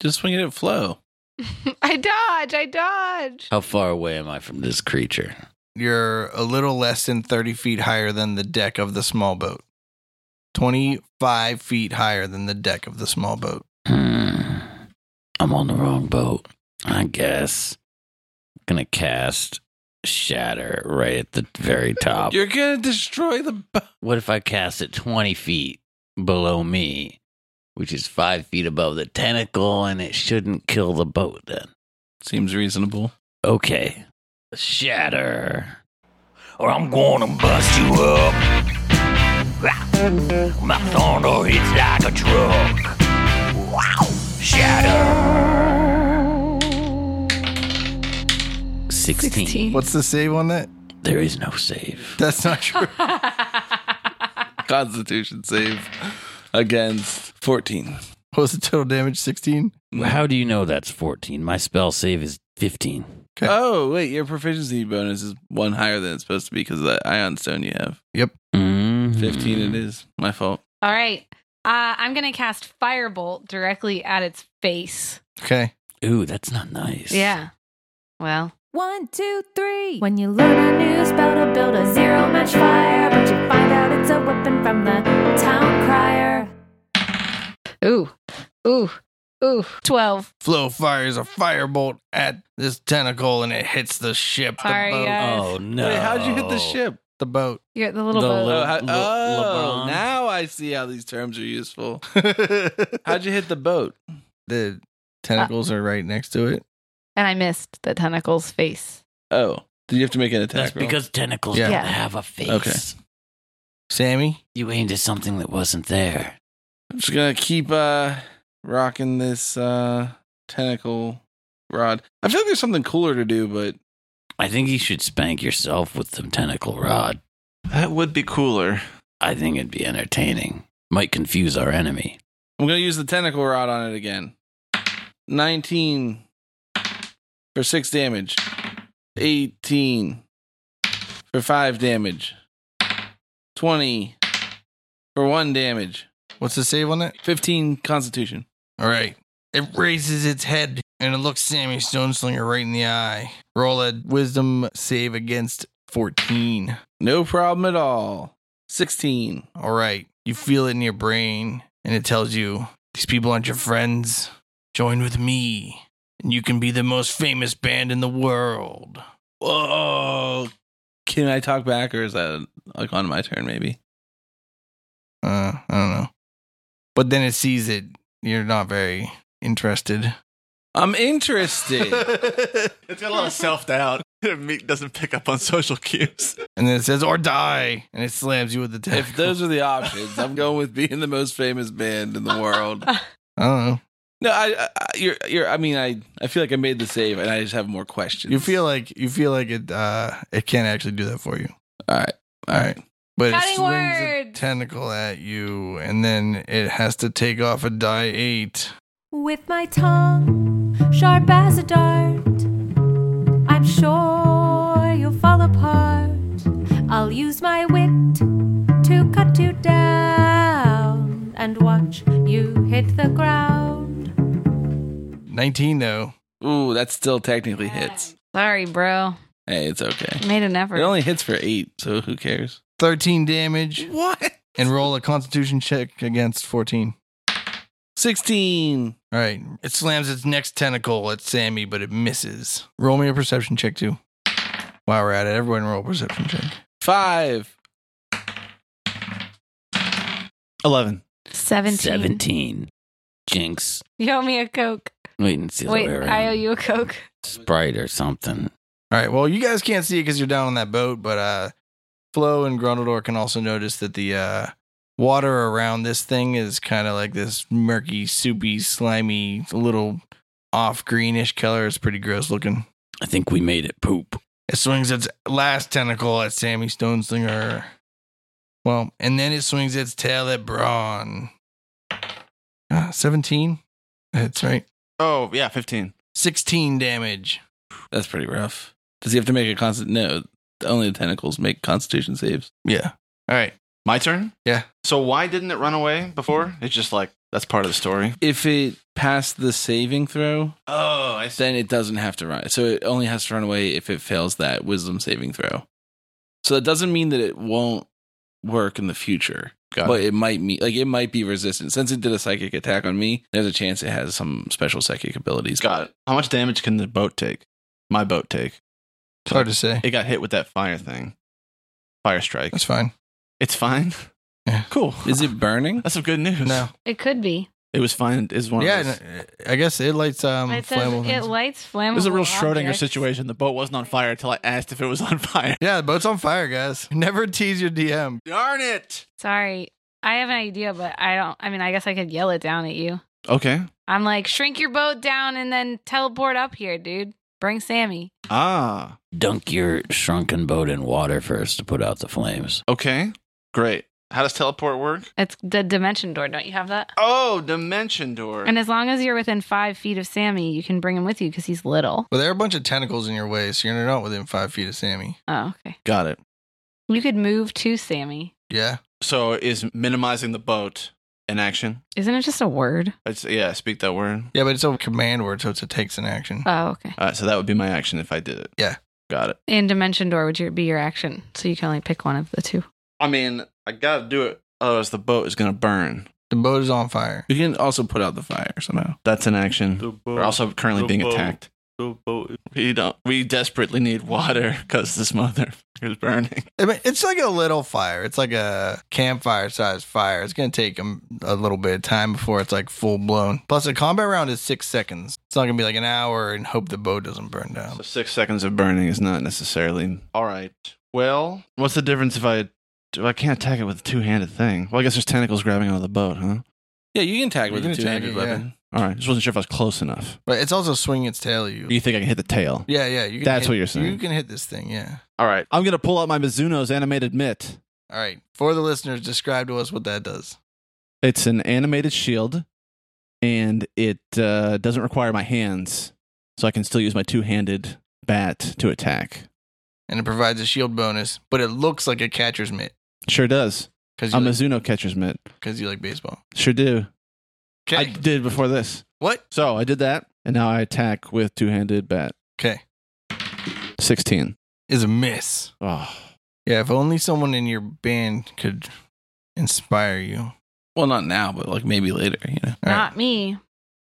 Speaker 1: Just swing it at flow.
Speaker 11: I dodge, I dodge.
Speaker 6: How far away am I from this creature?
Speaker 4: You're a little less than thirty feet higher than the deck of the small boat. Twenty five feet higher than the deck of the small boat.
Speaker 6: Hmm. I'm on the wrong boat. I guess. gonna cast Shatter right at the very top.
Speaker 1: You're gonna destroy the. bo-
Speaker 6: what if I cast it 20 feet below me, which is five feet above the tentacle, and it shouldn't kill the boat then?
Speaker 1: Seems reasonable.
Speaker 6: Okay. Shatter.
Speaker 10: or I'm gonna bust you up. Wow. My thunder hits like a truck. Wow. Shatter.
Speaker 6: 16.
Speaker 11: 16.
Speaker 4: What's the save on that?
Speaker 6: There is no save.
Speaker 4: That's not true.
Speaker 1: Constitution save against 14.
Speaker 4: What was the total damage? 16?
Speaker 6: How do you know that's 14? My spell save is 15.
Speaker 4: Okay.
Speaker 1: Oh, wait, your proficiency bonus is one higher than it's supposed to be because of that ion stone you have.
Speaker 6: Mm-hmm.
Speaker 1: 15 it is. My fault.
Speaker 11: All right. Uh, I'm going to cast Firebolt directly at its face.
Speaker 4: Okay.
Speaker 6: Ooh, that's not nice.
Speaker 11: Yeah. Well,
Speaker 3: One, two, three. When you learn a new spell to build a zero match fire, but you find out it's a weapon from the town crier.
Speaker 11: ooh, ooh, oow. 12.
Speaker 4: Flo fires a firebolt at this tentacle and it hits the ship. The
Speaker 11: Sorry,
Speaker 4: boat.
Speaker 11: guys.
Speaker 6: Oh, no.
Speaker 1: Wait, how'd you hit the ship?
Speaker 4: The boat.
Speaker 11: You're the little
Speaker 6: The
Speaker 11: boat.
Speaker 6: little-
Speaker 1: oh, how-
Speaker 6: Le-
Speaker 1: oh,
Speaker 6: LeBron.
Speaker 1: now I see how these terms are useful. How'd you hit the boat?
Speaker 4: The tentacles are right next to it.
Speaker 11: and I missed the tentacle's face.
Speaker 1: Oh, did you have to make an attack?
Speaker 6: That's
Speaker 1: roll?
Speaker 6: because tentacles
Speaker 4: Yeah.
Speaker 6: don't
Speaker 11: Yeah.
Speaker 6: have a face.
Speaker 1: Okay.
Speaker 4: Sammy?
Speaker 6: You aimed at something that wasn't there.
Speaker 1: I'm just gonna keep uh rocking this uh tentacle rod. I feel like there's something cooler to do, but
Speaker 6: I think you should spank yourself with the tentacle rod.
Speaker 7: That would be cooler.
Speaker 6: I think it'd be entertaining. Might confuse our enemy.
Speaker 1: I'm gonna use the tentacle rod on it again. 19 for six damage. 18 for five damage. 20 for one damage.
Speaker 4: What's the save on it?
Speaker 1: 15 Constitution.
Speaker 4: All right. It raises its head and it looks Sammy Stoneslinger right in the eye. Roll a wisdom save against 14.
Speaker 1: No problem at all. 16.
Speaker 4: All right. You feel it in your brain, and it tells you these people aren't your friends. Join with me, and you can be the most famous band in the world.
Speaker 1: Whoa. Can I talk back, or is that like on my turn? Maybe.
Speaker 4: Uh, I don't know. but then it sees it. You're not very interested.
Speaker 1: I'm interested.
Speaker 7: it's got a lot of self doubt. Meat doesn't pick up on social cues.
Speaker 4: And then it says, or die. And it slams you with the tentacle.
Speaker 1: if those are the options, I'm going with being the most famous band in the world.
Speaker 4: I don't know.
Speaker 1: No, I, I- I you're you're I mean I I feel like I made the save and I just have more questions.
Speaker 4: You feel like you feel like it uh it can't actually do that for you.
Speaker 1: All right. All right.
Speaker 4: But it
Speaker 13: Cutting
Speaker 4: swings a
Speaker 13: words.
Speaker 4: tentacle at you and then it has to take off a die eight.
Speaker 3: With my tongue sharp as a dart, I'm sure you'll fall apart. I'll use my wit to cut you down and watch you hit the ground.
Speaker 4: Nineteen though.
Speaker 1: Ooh, that still technically hits.
Speaker 5: Sorry, bro.
Speaker 1: Hey, it's okay.
Speaker 5: Made an
Speaker 1: It
Speaker 5: effort.
Speaker 1: only hits for eight, so who cares?
Speaker 4: Thirteen damage.
Speaker 1: What?
Speaker 4: And roll a constitution check against fourteen.
Speaker 1: Sixteen.
Speaker 4: All right. It slams its next tentacle at Sammy, but it misses. Roll me a perception check too. While we're at it, everyone roll a perception check.
Speaker 1: Five.
Speaker 14: 11.
Speaker 13: 17.
Speaker 6: 17. Jinx.
Speaker 5: You owe me a Coke.
Speaker 6: Wait and see. the
Speaker 5: Wait,
Speaker 6: way around.
Speaker 5: I owe you a Coke.
Speaker 6: Sprite or something.
Speaker 4: All right. Well, you guys can't see it because you're down on that boat, but uh, Flo and Grundledor can also notice that the uh, water around this thing is kind of like this murky, soupy, slimy, little off greenish color. It's pretty gross looking.
Speaker 6: I think we made it poop.
Speaker 4: It swings its last tentacle at Sammy Stoneslinger. Well, and then it swings its tail at Braun. Uh, 17? That's right.
Speaker 7: Oh, yeah, 15.
Speaker 4: 16 damage.
Speaker 1: That's pretty rough. Does he have to make a constant? No, only the tentacles make Constitution saves.
Speaker 4: Yeah. All right.
Speaker 7: My turn?
Speaker 4: Yeah.
Speaker 7: So why didn't it run away before? It's just like, that's part of the story.
Speaker 1: If it passed the saving throw,
Speaker 7: Oh, I see.
Speaker 1: then it doesn't have to run. So it only has to run away if it fails that Wisdom saving throw. So that doesn't mean that it won't work in the future.
Speaker 7: Got
Speaker 1: but it might mean like it might be resistant since it did a psychic attack on me. There's a chance it has some special psychic abilities.
Speaker 7: Got it. How much damage can the boat take? My boat take.
Speaker 4: It's hard to say.
Speaker 7: It got hit with that fire thing. Fire strike.
Speaker 4: That's fine.
Speaker 7: It's fine.
Speaker 4: Yeah.
Speaker 7: Cool.
Speaker 1: Is it burning?
Speaker 7: That's some good news.
Speaker 4: No.
Speaker 5: It could be.
Speaker 7: It was fine. It's one
Speaker 4: yeah,
Speaker 7: of those.
Speaker 4: n- I guess it lights um
Speaker 5: it says
Speaker 4: flammable
Speaker 5: it
Speaker 4: things.
Speaker 5: lights flammable.
Speaker 14: It was a real Schrodinger
Speaker 5: objects.
Speaker 14: situation. The boat wasn't on fire until I asked if it was on fire.
Speaker 4: yeah, the boat's on fire, guys. Never tease your DM.
Speaker 7: Darn it.
Speaker 5: Sorry. I have an idea, but I don't. I mean, I guess I could yell it down at you.
Speaker 7: Okay.
Speaker 5: I'm like, shrink your boat down and then teleport up here, dude. Bring Sammy.
Speaker 7: Ah.
Speaker 6: Dunk your shrunken boat in water first to put out the flames.
Speaker 7: Okay. Great. How does teleport work?
Speaker 5: It's the dimension door. Don't you have that?
Speaker 7: Oh, dimension door.
Speaker 5: And as long as you're within five feet of Sammy, you can bring him with you because he's little.
Speaker 4: Well, there are a bunch of tentacles in your way, so you're not within five feet of Sammy.
Speaker 5: Oh, okay.
Speaker 7: Got it.
Speaker 5: You could move to Sammy.
Speaker 4: Yeah.
Speaker 7: So is minimizing the boat an action?
Speaker 5: Isn't it just a word?
Speaker 7: It's, yeah, speak that word.
Speaker 4: Yeah, but it's a command word, so it's a takes an action.
Speaker 5: Oh, okay.
Speaker 7: All right, so that would be my action if I did it.
Speaker 4: Yeah.
Speaker 7: Got it.
Speaker 5: And dimension door would your, be your action, so you can only pick one of the two.
Speaker 7: I mean, I gotta do it, otherwise the boat is gonna burn.
Speaker 4: the boat is on fire.
Speaker 1: You can also put out the fire somehow.
Speaker 7: That's an action. We're also currently
Speaker 15: the
Speaker 7: being
Speaker 15: boat.
Speaker 7: attacked. We don't. We desperately need water because this motherfucker's burning.
Speaker 4: I mean, it's like a little fire. It's like a campfire sized fire. It's going to take 'em a little bit of time before it's like full blown. Plus, a combat round is six seconds. It's not going to be like an hour and hope the boat doesn't burn down.
Speaker 7: So six seconds of burning is not necessarily all right. Well, what's the difference if I? do I can't attack it with a two-handed thing. Well, I guess there's tentacles grabbing onto the boat, huh?
Speaker 1: Yeah, you can tag
Speaker 4: You
Speaker 1: with
Speaker 4: can
Speaker 1: a
Speaker 4: attack
Speaker 1: two-handed
Speaker 4: it,
Speaker 1: weapon.
Speaker 7: All right, just wasn't sure if I was close enough.
Speaker 4: But it's also swinging its tail at you.
Speaker 7: You think I can hit the tail?
Speaker 4: Yeah, yeah. You can
Speaker 7: That's
Speaker 4: hit-
Speaker 7: what you're saying.
Speaker 4: You can hit this thing, yeah.
Speaker 7: All right.
Speaker 14: I'm going to pull out my Mizuno's animated mitt.
Speaker 4: All right. For the listeners, describe to us what that does.
Speaker 14: It's an animated shield, and it uh, doesn't require my hands, so I can still use my two handed bat to attack.
Speaker 4: And it provides a shield bonus, but it looks like a catcher's mitt
Speaker 14: Sure does.
Speaker 4: because you,
Speaker 14: I'm a
Speaker 4: like,
Speaker 14: Mizuno catcher's mitt.
Speaker 4: 'cause you like baseball.
Speaker 14: Sure do.
Speaker 4: Okay.
Speaker 14: I did before this.
Speaker 4: what?
Speaker 14: So I did that, and now I attack with two handed bat.
Speaker 4: Okay.
Speaker 14: 16.
Speaker 4: Is a miss.
Speaker 2: Ah,
Speaker 14: Oh.
Speaker 4: Yeah, if only someone in your band could inspire you.
Speaker 1: Well, not now, but like maybe later. You know,
Speaker 4: All right.
Speaker 5: Not me.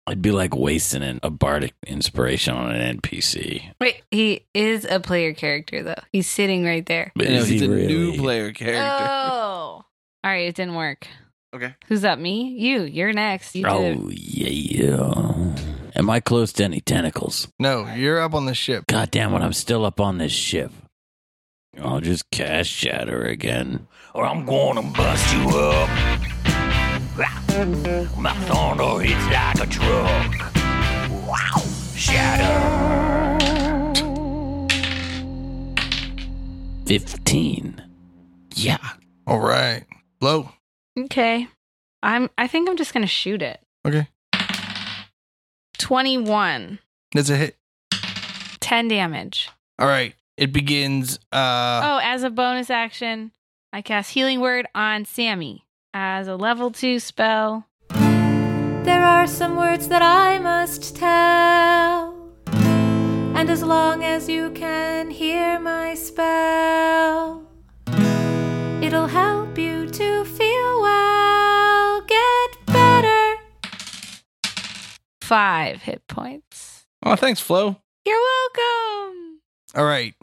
Speaker 6: I'd be like wasting an, a bardic inspiration on an NPC.
Speaker 5: Wait, he is a player character though. He's sitting right there.
Speaker 6: But
Speaker 1: You know,
Speaker 6: is
Speaker 1: he's
Speaker 6: he
Speaker 1: a
Speaker 6: really?
Speaker 1: new player character.
Speaker 5: Oh. All right, it didn't work.
Speaker 2: Okay.
Speaker 11: Who's up? Me? You. You're next. You
Speaker 6: Oh,
Speaker 11: did.
Speaker 6: yeah. Am I close to any tentacles?
Speaker 4: No, you're up on the ship.
Speaker 6: God damn it, I'm still up on this ship. I'll just cast Shatter again.
Speaker 10: Or I'm gonna bust you up. My thunder hits like a truck. Wow. Shatter.
Speaker 6: 15. Yeah.
Speaker 4: All right. Low.
Speaker 11: Okay. I'm I think I'm just gonna shoot it.
Speaker 4: Okay.
Speaker 11: Twenty one.
Speaker 4: That's a hit.
Speaker 11: Ten damage.
Speaker 4: All right. It begins. Uh,
Speaker 11: oh, as a bonus action, I cast healing word on Sammy as a level two spell.
Speaker 3: There are some words that I must tell. And as long as you can hear my spell, it'll help you to feel well. Get better.
Speaker 11: Five hit points.
Speaker 1: Oh, thanks, Flo.
Speaker 11: You're welcome.
Speaker 4: All right.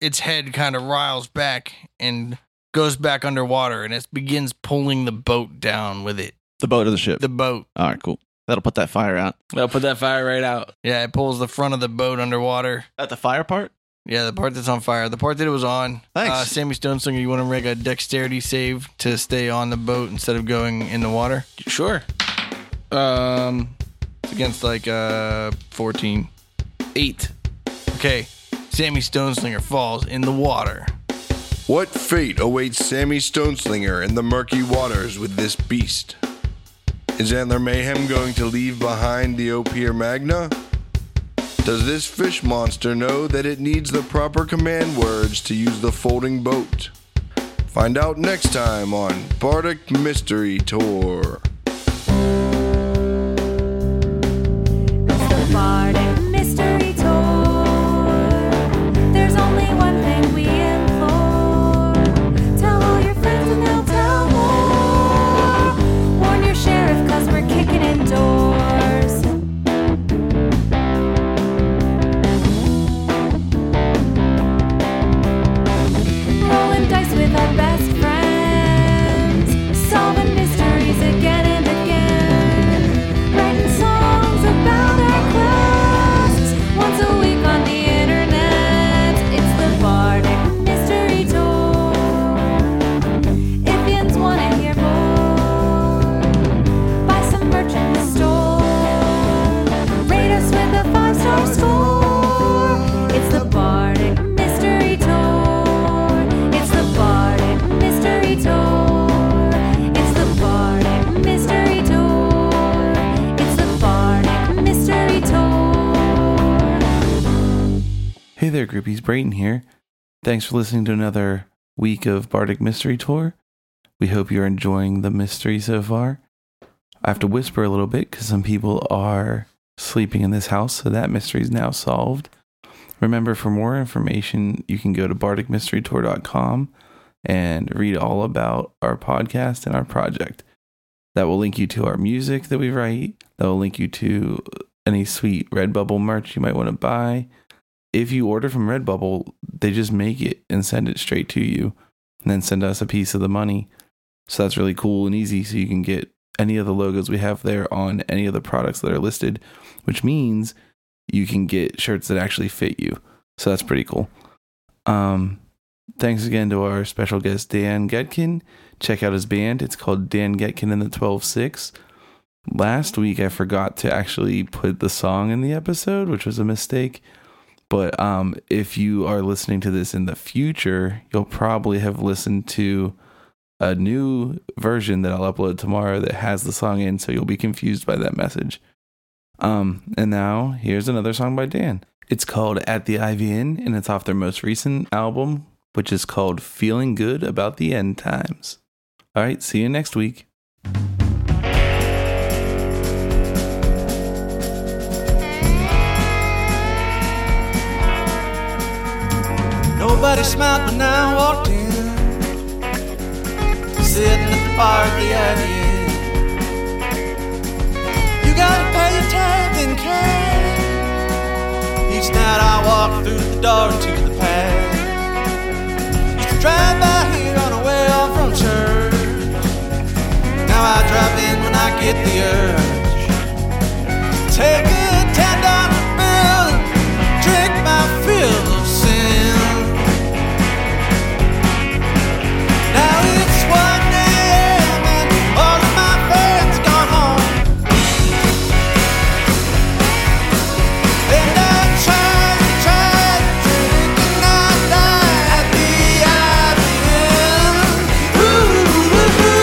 Speaker 4: Its head kind of riles back and goes back underwater, and it begins pulling the boat down with it.
Speaker 2: The boat or the ship?
Speaker 4: The boat.
Speaker 2: All right, cool. That'll put that fire out.
Speaker 1: I'll put that fire right out.
Speaker 4: Yeah, it pulls the front of the boat underwater.
Speaker 2: At the fire part?
Speaker 4: Yeah, the part that's on fire. The part that it was on.
Speaker 2: Thanks.
Speaker 4: Uh, Sammy Stoneslinger, you want to make a dexterity save to stay on the boat instead of going in the water?
Speaker 1: Sure.
Speaker 4: Um, it's against like uh 14.
Speaker 1: Eight.
Speaker 4: Okay, Sammy Stoneslinger falls in the water.
Speaker 16: What fate awaits Sammy Stoneslinger in the murky waters with this beast? Is Antler Mayhem going to leave behind the Opier Magna? Does this fish monster know that it needs the proper command words to use the folding boat? Find out next time on Bardic Mystery Tour.
Speaker 3: The Bardic Mystery Tour. There's only one thing we implore. Tell all your friends and they'll tell more. Warn your sheriff, cause we're kicking in doors. Rolling dice with our best friends. Solving mysteries again and again. Writing songs about our quests once a week on the internet. It's the Bardic Mystery Tour. Ifyans want to hear more. Buy some merch in the store. Rate us with a five star score. It's the Bardic Mystery Tour. It's the Bardic Mystery Tour. It's the Bardic Mystery Tour. It's the Bardic Mystery Tour.
Speaker 1: Hey there, groupies. Brayton here. Thanks for listening to another week of Bardic Mystery Tour. We hope you're enjoying the mystery so far. I have to whisper a little bit because some people are sleeping in this house, so that mystery is now solved. Remember, for more information, you can go to bardicmysterytour.com and read all about our podcast and our project. That will link you to our music that we write, that will link you to any sweet Redbubble merch you might want to buy if you order from Redbubble, they just make it and send it straight to you and then send us a piece of the money. So that's really cool and easy. So you can get any of the logos we have there on any of the products that are listed, which means you can get shirts that actually fit you. So that's pretty cool. Um, thanks again to our special guest, Dan Getkin. Check out his band. It's called Dan Getkin and the 12 6. Last week, I forgot to actually put the song in the episode, which was a mistake. But um, if you are listening to this in the future, you'll probably have listened to a new version that I'll upload tomorrow that has the song in, so you'll be confused by that message. Um, and now here's another song by Dan. It's called At the Ivy Inn, and it's off their most recent album, which is called Feeling Good About the End Times. All right, see you next week.
Speaker 17: Nobody smiled when I walked in. Sitting at the bar at the Ivy Inn. You gotta pay your tab in cash. Each night I walk through the door into the past. Used to drive by here on the way off from church. get the urge. Take a ten dollar bill, drink my fill of sin. Now it's one a.m. and all of my friends gone home. And I tried, tried, drink and I died at the IBM. Ooh, ooh, ooh.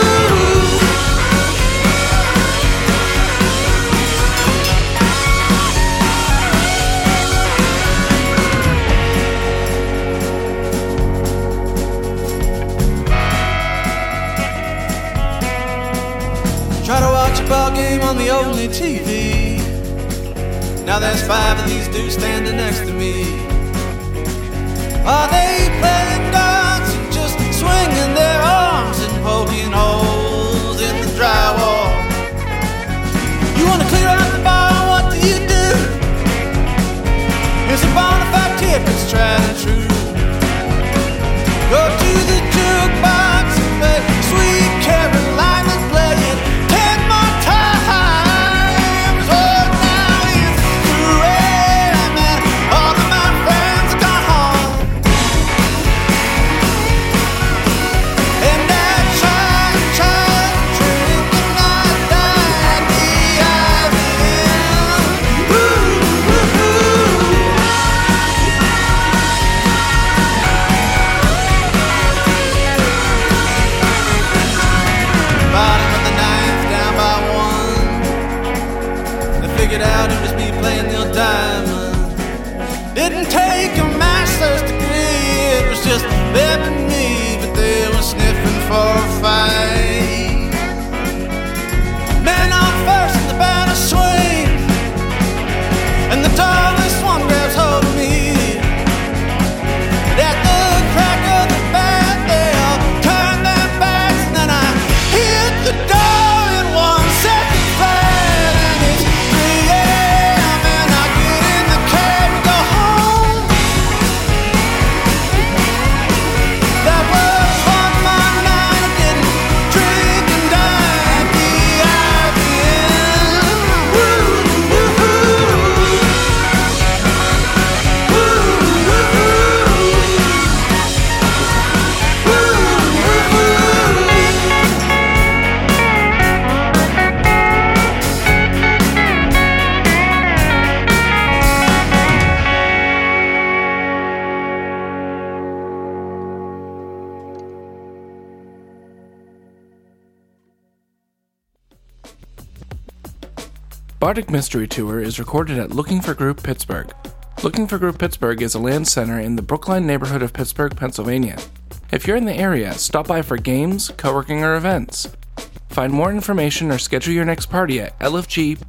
Speaker 17: Try to watch a ball game on the only TV. Now there's five of these dudes standing next to me. Are they playing darts and just swinging their arms and poking holes in the drywall? You wanna clear out the bar? What do you do? It's a bona fide tip. It's tried and true. Go to the jukebox and play Sweet Caroline and play it ten more times. Oh, now it's too late, man. All of my friends are gone home. And I tried, tried, tried, and I died at the IBM. Ooh, ooh, ooh. bottom of the ninth, down by one. They figured out it was me playing Neil Diamond. Didn't take a master's degree, it was just them and me, but they were sniffing for a fight. Man on first and the batter swing, and the tallest one grabs hold of me. But at the crack of the bat, they all turn their backs, and then I hit the door in one second flat, and it's 3 a.m. and I get in the cab and go home. That was one my night. I didn't drink and dine at the IBM. Woo, woo, woo.
Speaker 18: Bardic Mystery Tour is recorded at Looking for Group Pittsburgh. Looking for Group Pittsburgh is a land center in the Brookline neighborhood of Pittsburgh, Pennsylvania. If you're in the area, stop by for games, co working, or events. Find more information or schedule your next party at lfgpgh.com.